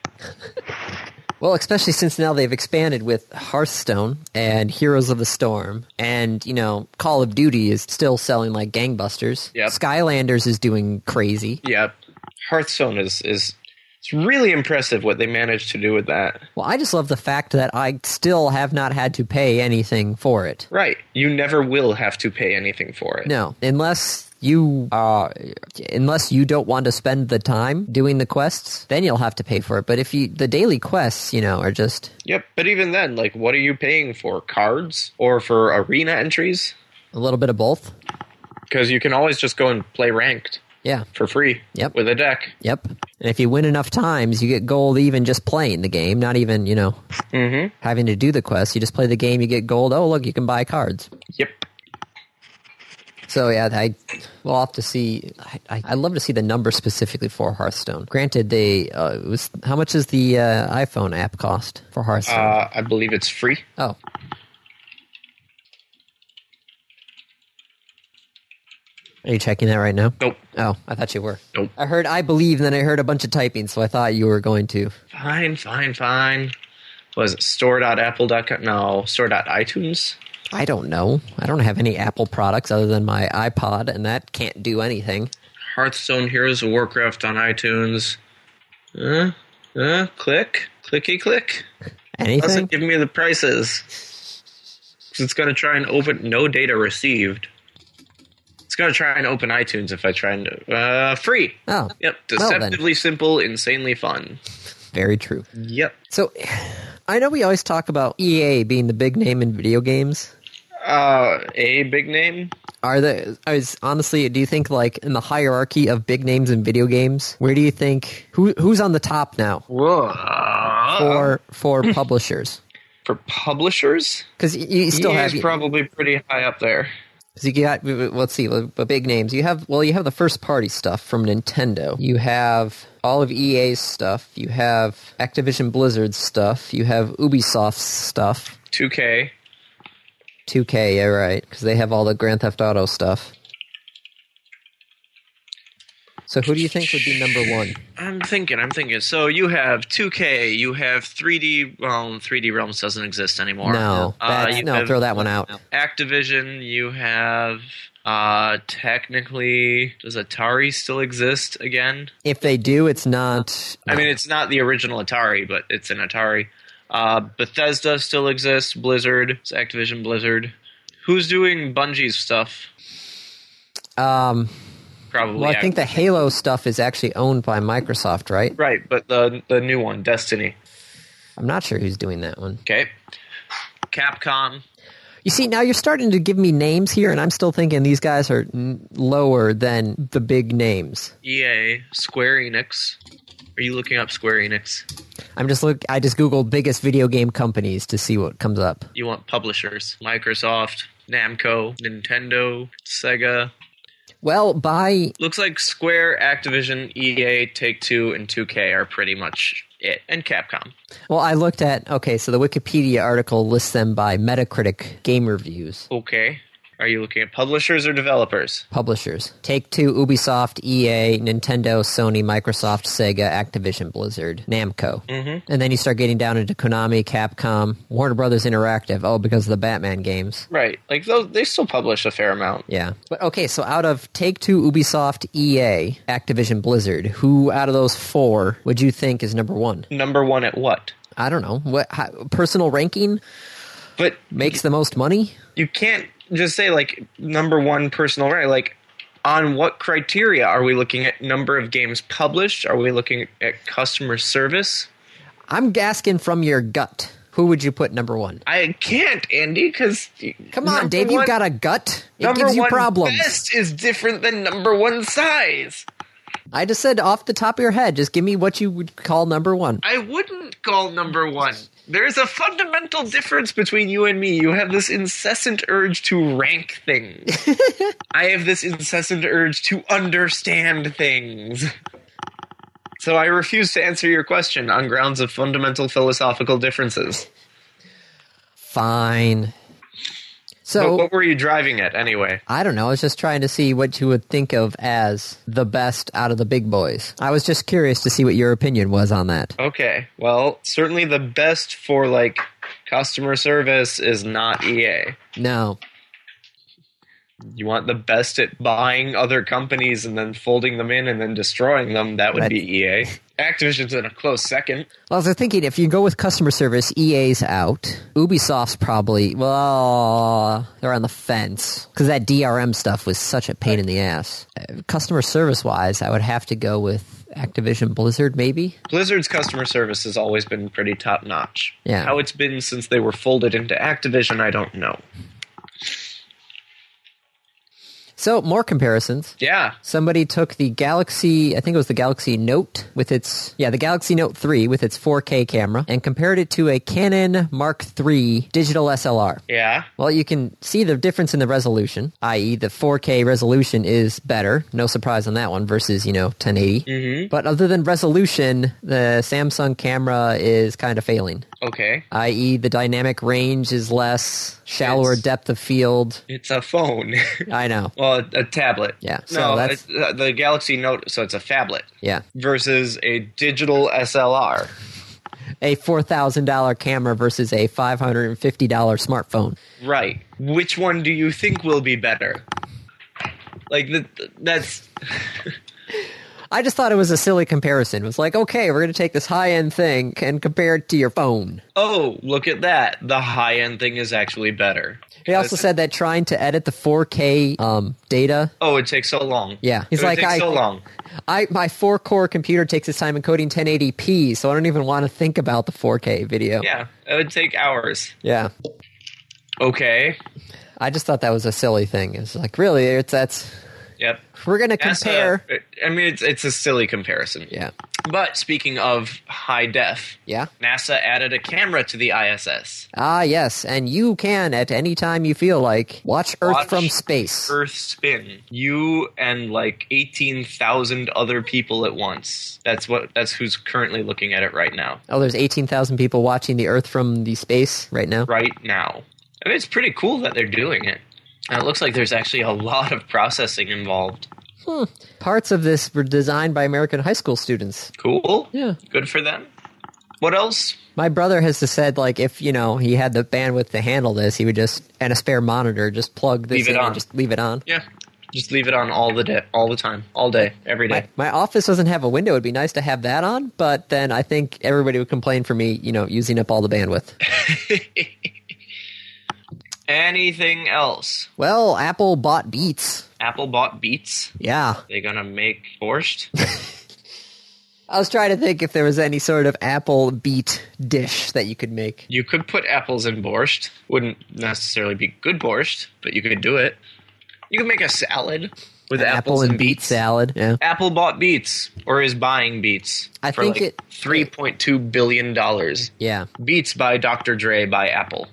A: Well, especially since now they've expanded with Hearthstone and Heroes of the Storm, and you know Call of Duty is still selling like gangbusters.
B: Yep.
A: Skylanders is doing crazy.
B: Yeah, Hearthstone is is it's really impressive what they managed to do with that.
A: Well, I just love the fact that I still have not had to pay anything for it.
B: Right, you never will have to pay anything for it.
A: No, unless you uh, unless you don't want to spend the time doing the quests, then you'll have to pay for it. But if you the daily quests, you know, are just
B: Yep, but even then, like, what are you paying for? Cards or for arena entries?
A: a little bit of both.
B: Because you can always just go and play ranked
A: Yeah.
B: for free.
A: Yep.
B: with a deck.
A: Yep. And if you win enough times, you get gold even just playing the game, not even, you know,
B: Mm-hmm.
A: having to do the quest. You just play the game, you get gold. Oh, look, you can buy cards.
B: Yep.
A: So, yeah, I, we'll have to see. I, I, I'd love to see the number specifically for Hearthstone. Granted, they, uh, it was, how much does the uh, iPhone app cost for Hearthstone?
B: Uh, I believe it's free.
A: oh. Are you checking that right now?
B: Nope.
A: Oh, I thought you were.
B: Nope.
A: I heard I believe, and then I heard a bunch of typing, so I thought you were going to.
B: Fine, fine, fine. Was it store.apple.com? No, store.itunes.
A: I don't know. I don't have any Apple products other than my iPod, and that can't do anything.
B: Hearthstone Heroes of Warcraft on iTunes. Uh, uh, click. Clicky click.
A: Anything?
B: Doesn't give me the prices. 'Cause It's going to try and open no data received. It's going to try and open iTunes if I try and. Uh, free.
A: Oh,
B: Yep.
A: Well, then.
B: Deceptively simple, insanely fun.
A: very true.
B: Yep.
A: So, I know we always talk about EA being the big name in video games.
B: Uh, a big name?
A: Are the I was honestly, do you think like in the hierarchy of big names in video games, where do you think who who's on the top now
B: Whoa.
A: for for publishers?
B: For publishers?
A: Because you, you still
B: EA
A: have E
B: is probably pretty high up there.
A: 'Cause you got let's see, the big names. You have well, you have the first party stuff from Nintendo. You have all of EA's stuff. You have Activision Blizzard's stuff. You have Ubisoft's stuff.
B: 2K.
A: 2K, yeah, right, because they have all the Grand Theft Auto stuff. So who do you think would be number one?
B: I'm thinking, I'm thinking. So you have 2K, you have 3D, well, 3D Realms doesn't exist anymore.
A: No,
B: Uh,
A: that's,
B: you
A: no,
B: have
A: throw that one out.
B: Activision, you have uh technically does Atari still exist again?
A: If they do, it's not.
B: I mean, it's not the original Atari, but it's an Atari. Uh, Bethesda still exists. Blizzard, it's Activision Blizzard. Who's doing Bungie's stuff?
A: um,
B: Probably.
A: well, I think
B: Activision.
A: the Halo stuff is actually owned by Microsoft, right?
B: right, but the the new one, Destiny.
A: I'm not sure who's doing that one.
B: Okay. Capcom.
A: You see, now you're starting to give me names here, and I'm still thinking these guys are n- lower than the big names.
B: E EA, Square Enix. Are you looking up Square Enix?
A: I'm just look. I just googled biggest video game companies to see what comes up.
B: You want publishers Microsoft, Namco, Nintendo, Sega.
A: Well, by
B: Looks like Square, Activision, EA, Take Two, and 2K are pretty much it, and Capcom.
A: well, I looked at okay. So the Wikipedia article lists them by Metacritic game reviews.
B: Okay. Are you looking at publishers or developers?
A: Publishers: Take Two, Ubisoft, EA, Nintendo, Sony, Microsoft, Sega, Activision, Blizzard, Namco, mm-hmm. and then you start getting down into Konami, Capcom, Warner Brothers Interactive. Oh, because of the Batman games.
B: Right. Like those, they still publish a fair amount.
A: Yeah, but okay. So out of Take Two, Ubisoft, EA, Activision, Blizzard, who out of those four would you think is number one?
B: Number one at what?
A: I don't know. What how, personal ranking
B: But
A: makes the most money?
B: you can't just say like number one personal right like on what criteria are we looking at number of games published are we looking at customer service
A: I'm asking from your gut. Who would you put number one?
B: i can't andy because
A: Come on, Dave. You've got a gut. It
B: number
A: gives you
B: one
A: problems.
B: best is different than number one size
A: I just said off the top of your head. Just give me what you would call number one.
B: i wouldn't call number one there's a fundamental difference between you and me. You have this incessant urge to rank things. I have this incessant urge to understand things. So I refuse to answer your question on grounds of fundamental philosophical differences.
A: Fine.
B: But
A: So
B: what were you driving at anyway?
A: I don't know. I was just trying to see what you would think of as the best out of the big boys. I was just curious to see what your opinion was on that.
B: Okay, well, certainly the best for like customer service is not E EA.
A: No,
B: You want the best at buying other companies and then folding them in and then destroying them, that would
A: Right.
B: be EA. Activision's in a close second.
A: Well, I was thinking if you go with customer service, EA's out. Ubisoft's probably well, they're on the fence because that DRM stuff was such a pain in the ass. Uh, customer service wise, I would have to go with Activision Blizzard, maybe.
B: Blizzard's customer service has always been pretty top notch.
A: Yeah.
B: How it's been since they were folded into Activision, I don't know.
A: So more comparisons.
B: Yeah,
A: Somebody took the Galaxy, I think it was the Galaxy Note with its, yeah, the Galaxy Note 3 with its 4K camera and compared it to a Canon Mark III digital SLR.
B: yeah.
A: Well, you can see the difference in the resolution, i.e., the 4K resolution is better. No surprise on that one versus, you know, 1080. Mm-hmm. But other than resolution, the Samsung camera is kind of failing,
B: Okay.
A: i.e., the dynamic range is less, shallower
B: It's-
A: depth of field.
B: It's a phone.
A: I know.
B: well, a, a tablet.
A: Yeah, so
B: No,
A: that's-
B: it's, uh, the Galaxy Note, so it's a phablet
A: Yeah.
B: versus a digital SLR.
A: A $4,000 camera versus a $550 smartphone.
B: Right. Which one do you think will be better? Like the, that's
A: I just thought it was a silly comparison. It was like, okay, we're going to take this high end thing and compare it to your phone.
B: oh, look at that. The high end thing is actually better.
A: He also said that trying to edit the 4K um, data,
B: Oh, it takes so long.
A: Yeah. He's
B: It would
A: like,
B: take
A: I-
B: so long.
A: I my four core computer takes its time encoding 1080p, so I don't even want to think about the 4K video.
B: Yeah, it would take hours.
A: Yeah.
B: Okay.
A: I just thought that was a silly thing. It's like really, it's that's
B: Yep.
A: we're gonna
B: That's uh, a-
A: compare.
B: I mean, it's it's a silly comparison.
A: yeah.
B: But speaking of high def,
A: Yeah.
B: NASA added a camera to the ISS.
A: Ah, yes, and you can at any time you feel like watch Earth
B: Watch
A: from space.
B: Earth spin. You and like 18,000 other people at once. That's what that's who's currently looking at it right now.
A: Oh, there's 18,000 people watching the Earth from the space right now.
B: Right now. I mean, it's pretty cool that they're doing it. And it looks like there's actually a lot of processing involved.
A: Parts of this were designed by American high school students.
B: Cool.
A: Yeah.
B: Good for them. What else?
A: My brother has just said like if you know he had the bandwidth to handle this, he would just and a spare monitor just plug this
B: Leave it
A: in and
B: on.
A: just leave it on.
B: Yeah. Just leave it on all the day, all the time, all day, every day.
A: My, my office doesn't have a window. It'd be nice to have that on, but then I think everybody would complain for me, you know, using up all the bandwidth.
B: Anything else?
A: Well, Apple bought Beats.
B: Apple bought Beats.
A: Yeah.
B: They gonna make borscht?
A: I was trying to think if there was any sort of Apple Beat dish that you could make.
B: You could put apples in borscht. Wouldn't necessarily be good borscht, but you could do it. You can make a salad with
A: Apple,
B: apples
A: and
B: and,
A: beet
B: beets.
A: salad. Yeah.
B: Apple bought Beats or is buying Beats
A: I
B: for
A: think
B: like
A: it-
B: three point two billion dollars.
A: Yeah.
B: Beats by Dr. Dre by Apple.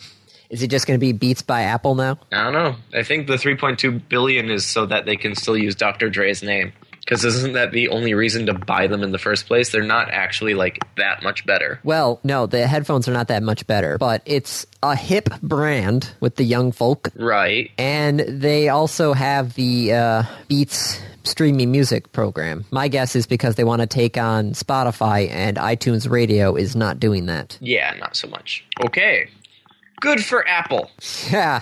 A: Is it just going to be Beats by Apple now?
B: I don't know. I think the 3.2 billion is so that they can still use Dr. Dre's name. Because isn't that the only reason to buy them in the first place? They're not actually like that much better.
A: Well, no, the headphones are not that much better, but it's a hip brand with the young folk,
B: Right.
A: and they also have the uh, Beats streaming music program. My guess is because they want to take on Spotify, and iTunes Radio is not doing that.
B: Yeah, not so much. Okay. Good for Apple.
A: Yeah.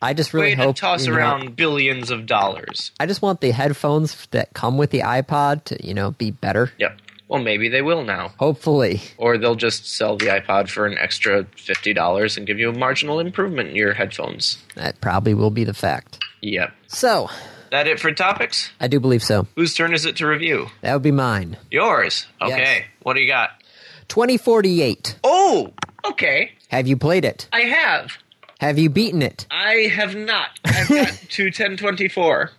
A: I just really
B: Way to
A: hope
B: toss
A: you know,
B: around billions of dollars.
A: I just want the headphones that come with the iPod to, you know, be better.
B: Yep. Well, maybe they will now.
A: Hopefully.
B: Or they'll just sell the iPod for an extra $50 and give you a marginal improvement in your headphones.
A: That probably will be the fact.
B: Yep.
A: So,
B: That it for topics?
A: I do believe so.
B: Whose turn is it to review?
A: That would be mine.
B: Yours.
A: Yes.
B: Okay. What do you got?
A: 2048.
B: Oh, okay.
A: Have you played it?
B: I have.
A: Have you beaten it?
B: I have not. I've got to 1024.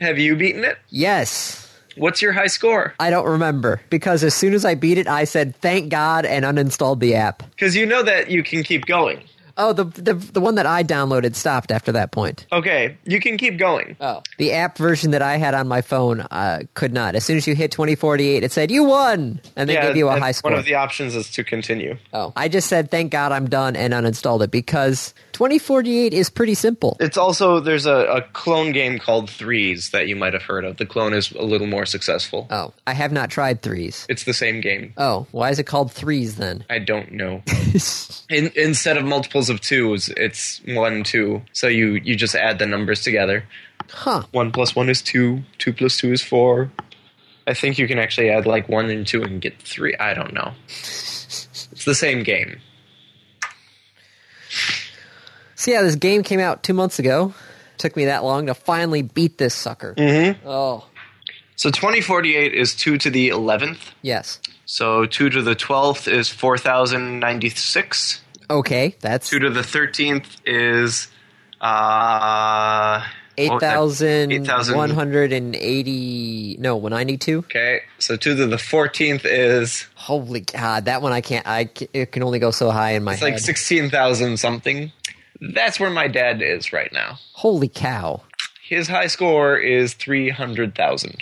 B: Have you beaten it?
A: Yes.
B: What's your high score?
A: I don't remember because as soon as I beat it, I said thank God and uninstalled the app.
B: Because you know that you can keep going.
A: Oh, the, the the one that I downloaded stopped after that point.
B: Okay, you can keep going.
A: Oh, the app version that I had on my phone uh, could not. As soon as you hit 2048, it said you won, and they gave you a
B: and
A: high score.
B: One of the options is to continue.
A: oh, I just said thank God I'm done and uninstalled it because 2048 is pretty simple.
B: It's also there's a, a clone game called Threes that you might have heard of. The clone is a little more successful.
A: Oh, I have not tried threes.
B: It's the same game.
A: Oh, why is it called threes then?
B: I don't know. In, instead of multiples of twos, it's one two. So you you just add the numbers together.
A: Huh.
B: One plus one is two. Two plus two is four. I think you can actually add like one and two and get three. I don't know. It's the same game.
A: So yeah, this game came out two months ago. Took me that long to finally beat this sucker. Mm-hmm. Oh
B: So 2048 is 2 to the 11th.
A: yes.
B: So 2 to the 12th is 4096.
A: Okay, that's
B: 2 to the 13th is uh
A: eight
B: what was that?
A: thousand
B: 8,000.
A: one hundred and eighty. No, one ninety two.
B: Okay. So 2 to the 14th is
A: Holy God, that one I can't. I c- it can only go so high in my
B: it's
A: head.
B: like 16,000 something. That's where my dad is right now.
A: Holy cow!
B: His high score is 300,000.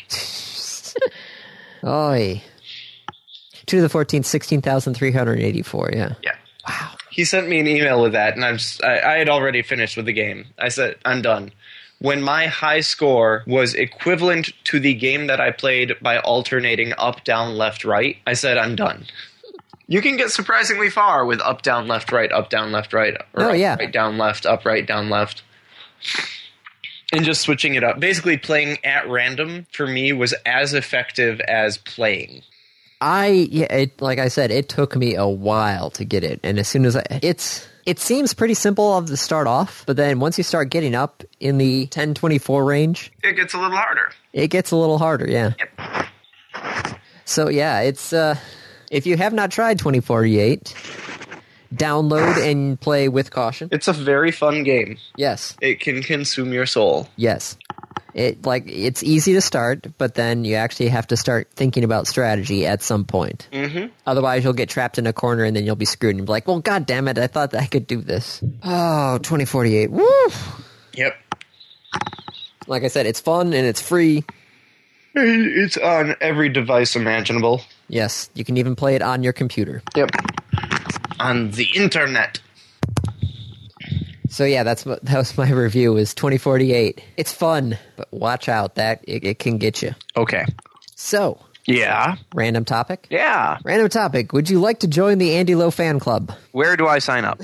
A: Oi. Two to the 14th, 16,384, yeah.
B: Yeah. Wow. He sent me an email with that, and I'm just, I, I had already finished with the game. I said, I'm done. When my high score was equivalent to the game that I played by alternating up, down, left, right, I said, I'm done. You can get surprisingly far with up, down, left, right, up, down, left, right, or
A: Oh,
B: up,
A: yeah.
B: right, down, left, up, right, down, left. And just switching it up. Basically, playing at random for me was as effective as playing.
A: I yeah, it, like I said, it took me a while to get it, and as soon as I, it's it seems pretty simple of the start off, but then once you start getting up in the 1024 range,
B: It gets a little harder.
A: it gets a little harder, yeah. So yeah, it's uh if you have not tried 2048, download and play with caution.
B: It's a very fun game.
A: Yes.
B: it can consume your soul.
A: Yes. It like it's easy to start, but then you actually have to start thinking about strategy at some point. Mm-hmm. Otherwise, you'll get trapped in a corner and then you'll be screwed. And you'll be like, "Well, god damn it! I thought that I could do this." Oh, 2048. Woo!
B: Yep.
A: Like I said, it's fun and it's free.
B: It's on every device imaginable.
A: Yes, you can even play it on your computer.
B: Yep. On the internet.
A: So yeah, that's what that was my review. Is 2048? It's fun, but watch out that it, it can get you.
B: Okay.
A: So,
B: Yeah.
A: random topic.
B: Yeah.
A: Random topic. Would you like to join the Andy Lowe fan club?
B: Where do I sign up?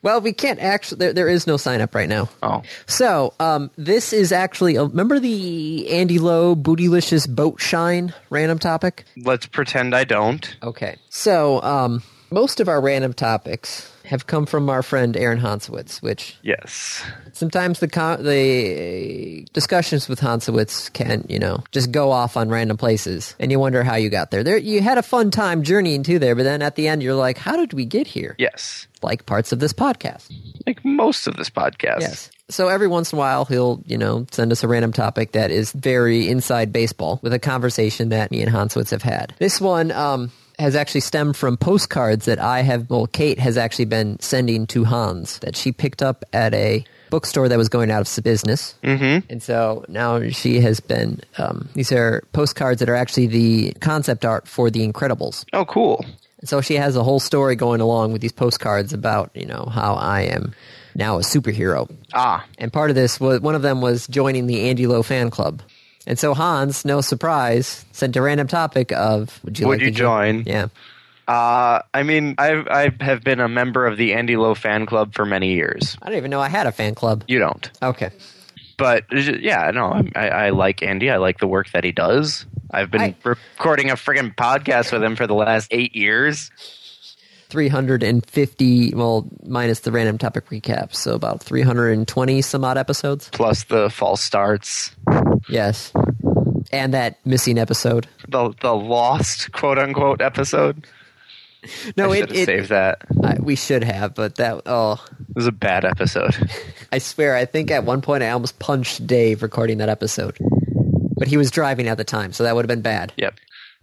A: Well, we can't actually. There, there is no sign up right now.
B: Oh.
A: So, um, this is actually remember the Andy Lowe bootylicious boat shine random topic.
B: Let's pretend I don't.
A: Okay, so um, Most of our random topics have come from our friend Aaron Hansowitz, which
B: Yes.
A: sometimes the con- the discussions with Hansowitz can, you know, just go off on random places, and you wonder how you got there. There, you had a fun time journeying to there, but then at the end, you're like, "How did we get here?"
B: Yes.
A: Like parts of this podcast.
B: Like most of this podcast.
A: Yes. So every once in a while, he'll, you know, send us a random topic that is very inside baseball with a conversation that me and Hanswitz have had. This one um, has actually stemmed from postcards that I have, well, Kate has actually been sending to Hans that she picked up at a bookstore that was going out of business. Mm-hmm. And so now she has been, um, these are postcards that are actually the concept art for The Incredibles.
B: Oh, cool.
A: And so she has a whole story going along with these postcards about, you know, how I am now a superhero.
B: Ah,
A: And part of this was one of them was joining the Andy Lowe fan club. And so Hans, no surprise, sent a random topic of would you
B: Would
A: like
B: you
A: to jo-
B: join?
A: Yeah.
B: uh, I mean, I've, I have been a member of the Andy Lowe fan club for many years.
A: I don't even know I had a fan club.
B: You don't,
A: Okay.
B: but yeah, no, I'm- I, I like Andy. I like the work that he does. I've been
A: I-
B: recording a friggin' podcast with him for the last eight years.
A: 350 well minus the random topic recap, so about 320 some odd episodes.
B: plus the false starts,
A: Yes. And that missing episode.
B: the the lost quote unquote episode.
A: No,
B: I
A: it,
B: should have
A: it
B: saved that. It
A: I, we should have, but that oh,
B: was a bad episode.
A: I swear I think at one point I almost punched Dave recording that episode. But he was driving at the time, so that would have been bad.
B: yep.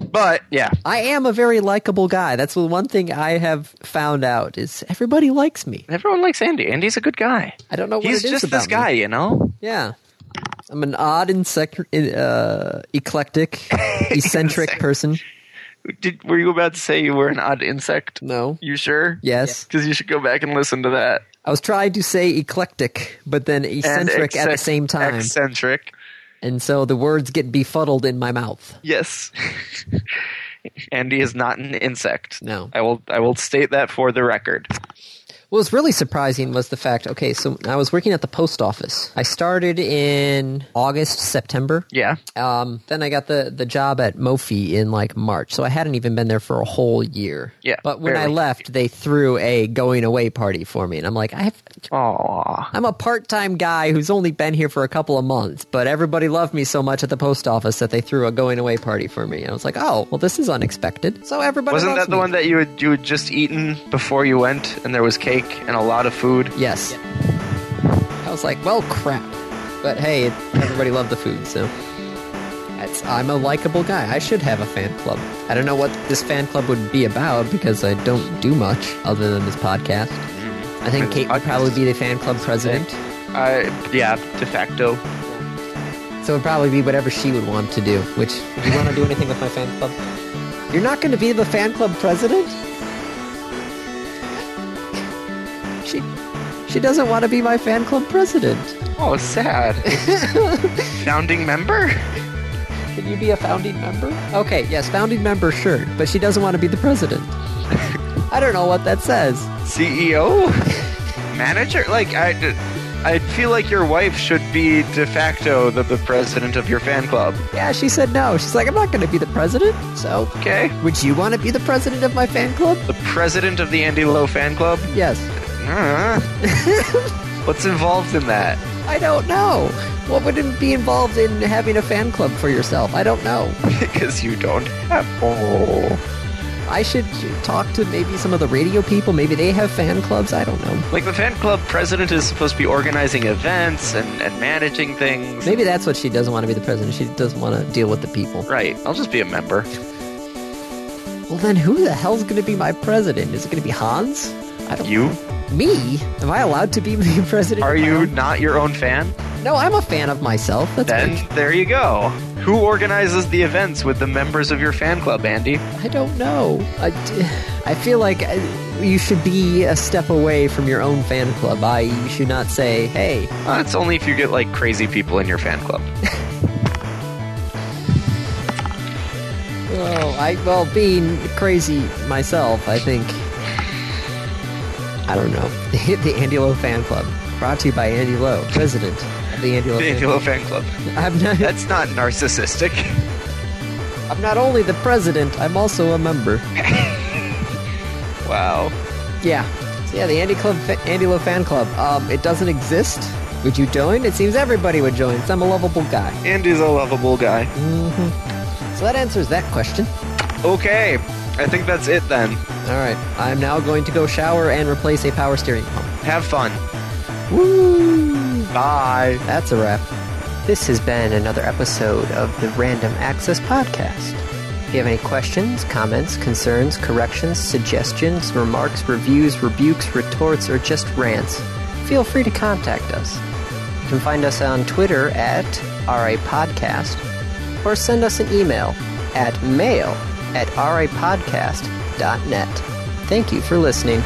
B: But yeah,
A: I am a very likable guy. That's the one thing I have found out is everybody likes me.
B: everyone likes Andy. Andy's a good guy.
A: I don't know what
B: He's
A: it is
B: just
A: about
B: this
A: me.
B: guy, you know.
A: Yeah, I'm an odd and sec- uh, eclectic, eccentric person.
B: Did were you about to say you were an odd insect?
A: No,
B: You sure?
A: Yes.
B: Because you should go back and listen to that.
A: I was trying to say eclectic, but then
B: And
A: eccentric at the
B: exec-
A: same time,
B: Eccentric.
A: and so the words get befuddled in my mouth.
B: Yes. Andy is not an insect.
A: No.
B: I will. I will state that for the record.
A: What was really surprising was the fact. Okay, so I was working at the post office. I started in August, September.
B: Yeah.
A: Um, then I got the, the job at Mophie in like March, so I hadn't even been there for a whole year.
B: Yeah,
A: But when I
B: barely.
A: left, they threw a going away party for me, and I'm like, I have,
B: Aww.
A: I'm a part time guy who's only been here for a couple of months, but everybody loved me so much at the post office that they threw a going away party for me. I was like, oh, well, this is unexpected. So everybody
B: Wasn't
A: loves
B: that the
A: me.
B: one that you had you had just eaten before you went, and there was cake and a lot of food?
A: Yes. I was like, well, crap. But hey, it- everybody loved the food, so. That's, I'm a likable guy. I should have a fan club. I don't know what this fan club would be about because I don't do much other than this podcast. I think
B: This
A: Kate would
B: podcast.
A: probably be the fan club president.
B: I yeah, de facto.
A: So it would probably be whatever she would want to do, which, do you want to do anything with my fan club? You're not going to be the fan club president? She, she doesn't want to be my fan club president.
B: Oh, it's sad. Founding member?
A: Can you be a founding member? Okay, yes, founding member, sure. But she doesn't want to be the president. I don't know what that says.
B: CEO? E Manager? Like I I feel like your wife should be de facto the, the president of your fan club.
A: Yeah, she said no. She's like, I'm not going to be the president. So,
B: Okay.
A: would you want to be the president of my fan club?
B: The president of the Andy Lowe fan club?
A: Yes.
B: Uh, what's involved in that?
A: I don't know. What would it be involved in having a fan club for yourself? I don't know.
B: Because you don't have. Oh.
A: I should talk to maybe some of the radio people. Maybe they have fan clubs. I don't know.
B: Like the fan club president is supposed to be organizing events and, and managing things.
A: Maybe that's what she doesn't want to be the president. She doesn't want to deal with the people.
B: Right. I'll just be a member.
A: Well, then who the hell's going to be my president? Is it going to be Hans? I don't
B: You?
A: Me? Am I allowed to be the president?
B: Are
A: of my
B: you
A: own-
B: not your own fan?
A: No, I'm a fan of myself. That's
B: Then
A: fine.
B: there you go. Who organizes the events with the members of your fan club, Andy?
A: I don't know. I, d- I feel like uh, you should be a step away from your own fan club. I you should not say, "Hey,
B: That's Uh, only if you get like crazy people in your fan club.
A: oh, I well being crazy myself." I think I don't know. Hit the Andy Lowe fan club. Brought to you by Andy Lowe, president of the Andy Lowe.
B: The
A: fan
B: Andy Lowe fan club.
A: club. I'm not.
B: That's not narcissistic.
A: I'm not only the president, I'm also a member.
B: Wow.
A: Yeah. So yeah, the Andy Club, Andy Lowe fan club. Um, it doesn't exist. Would you join? It seems everybody would join. So I'm a lovable guy.
B: Andy's a lovable guy.
A: So that answers that question.
B: Okay. I think that's it then.
A: All right. I'm now going to go shower and replace a power steering pump.
B: Have fun.
A: Woo!
B: Bye.
A: That's a wrap. This has been another episode of the Random Access Podcast. If you have any questions, comments, concerns, corrections, suggestions, remarks, reviews, rebukes, retorts, or just rants, feel free to contact us. You can find us on Twitter at RAPodcast or send us an email at mail at rapodcast.net. Thank you for listening.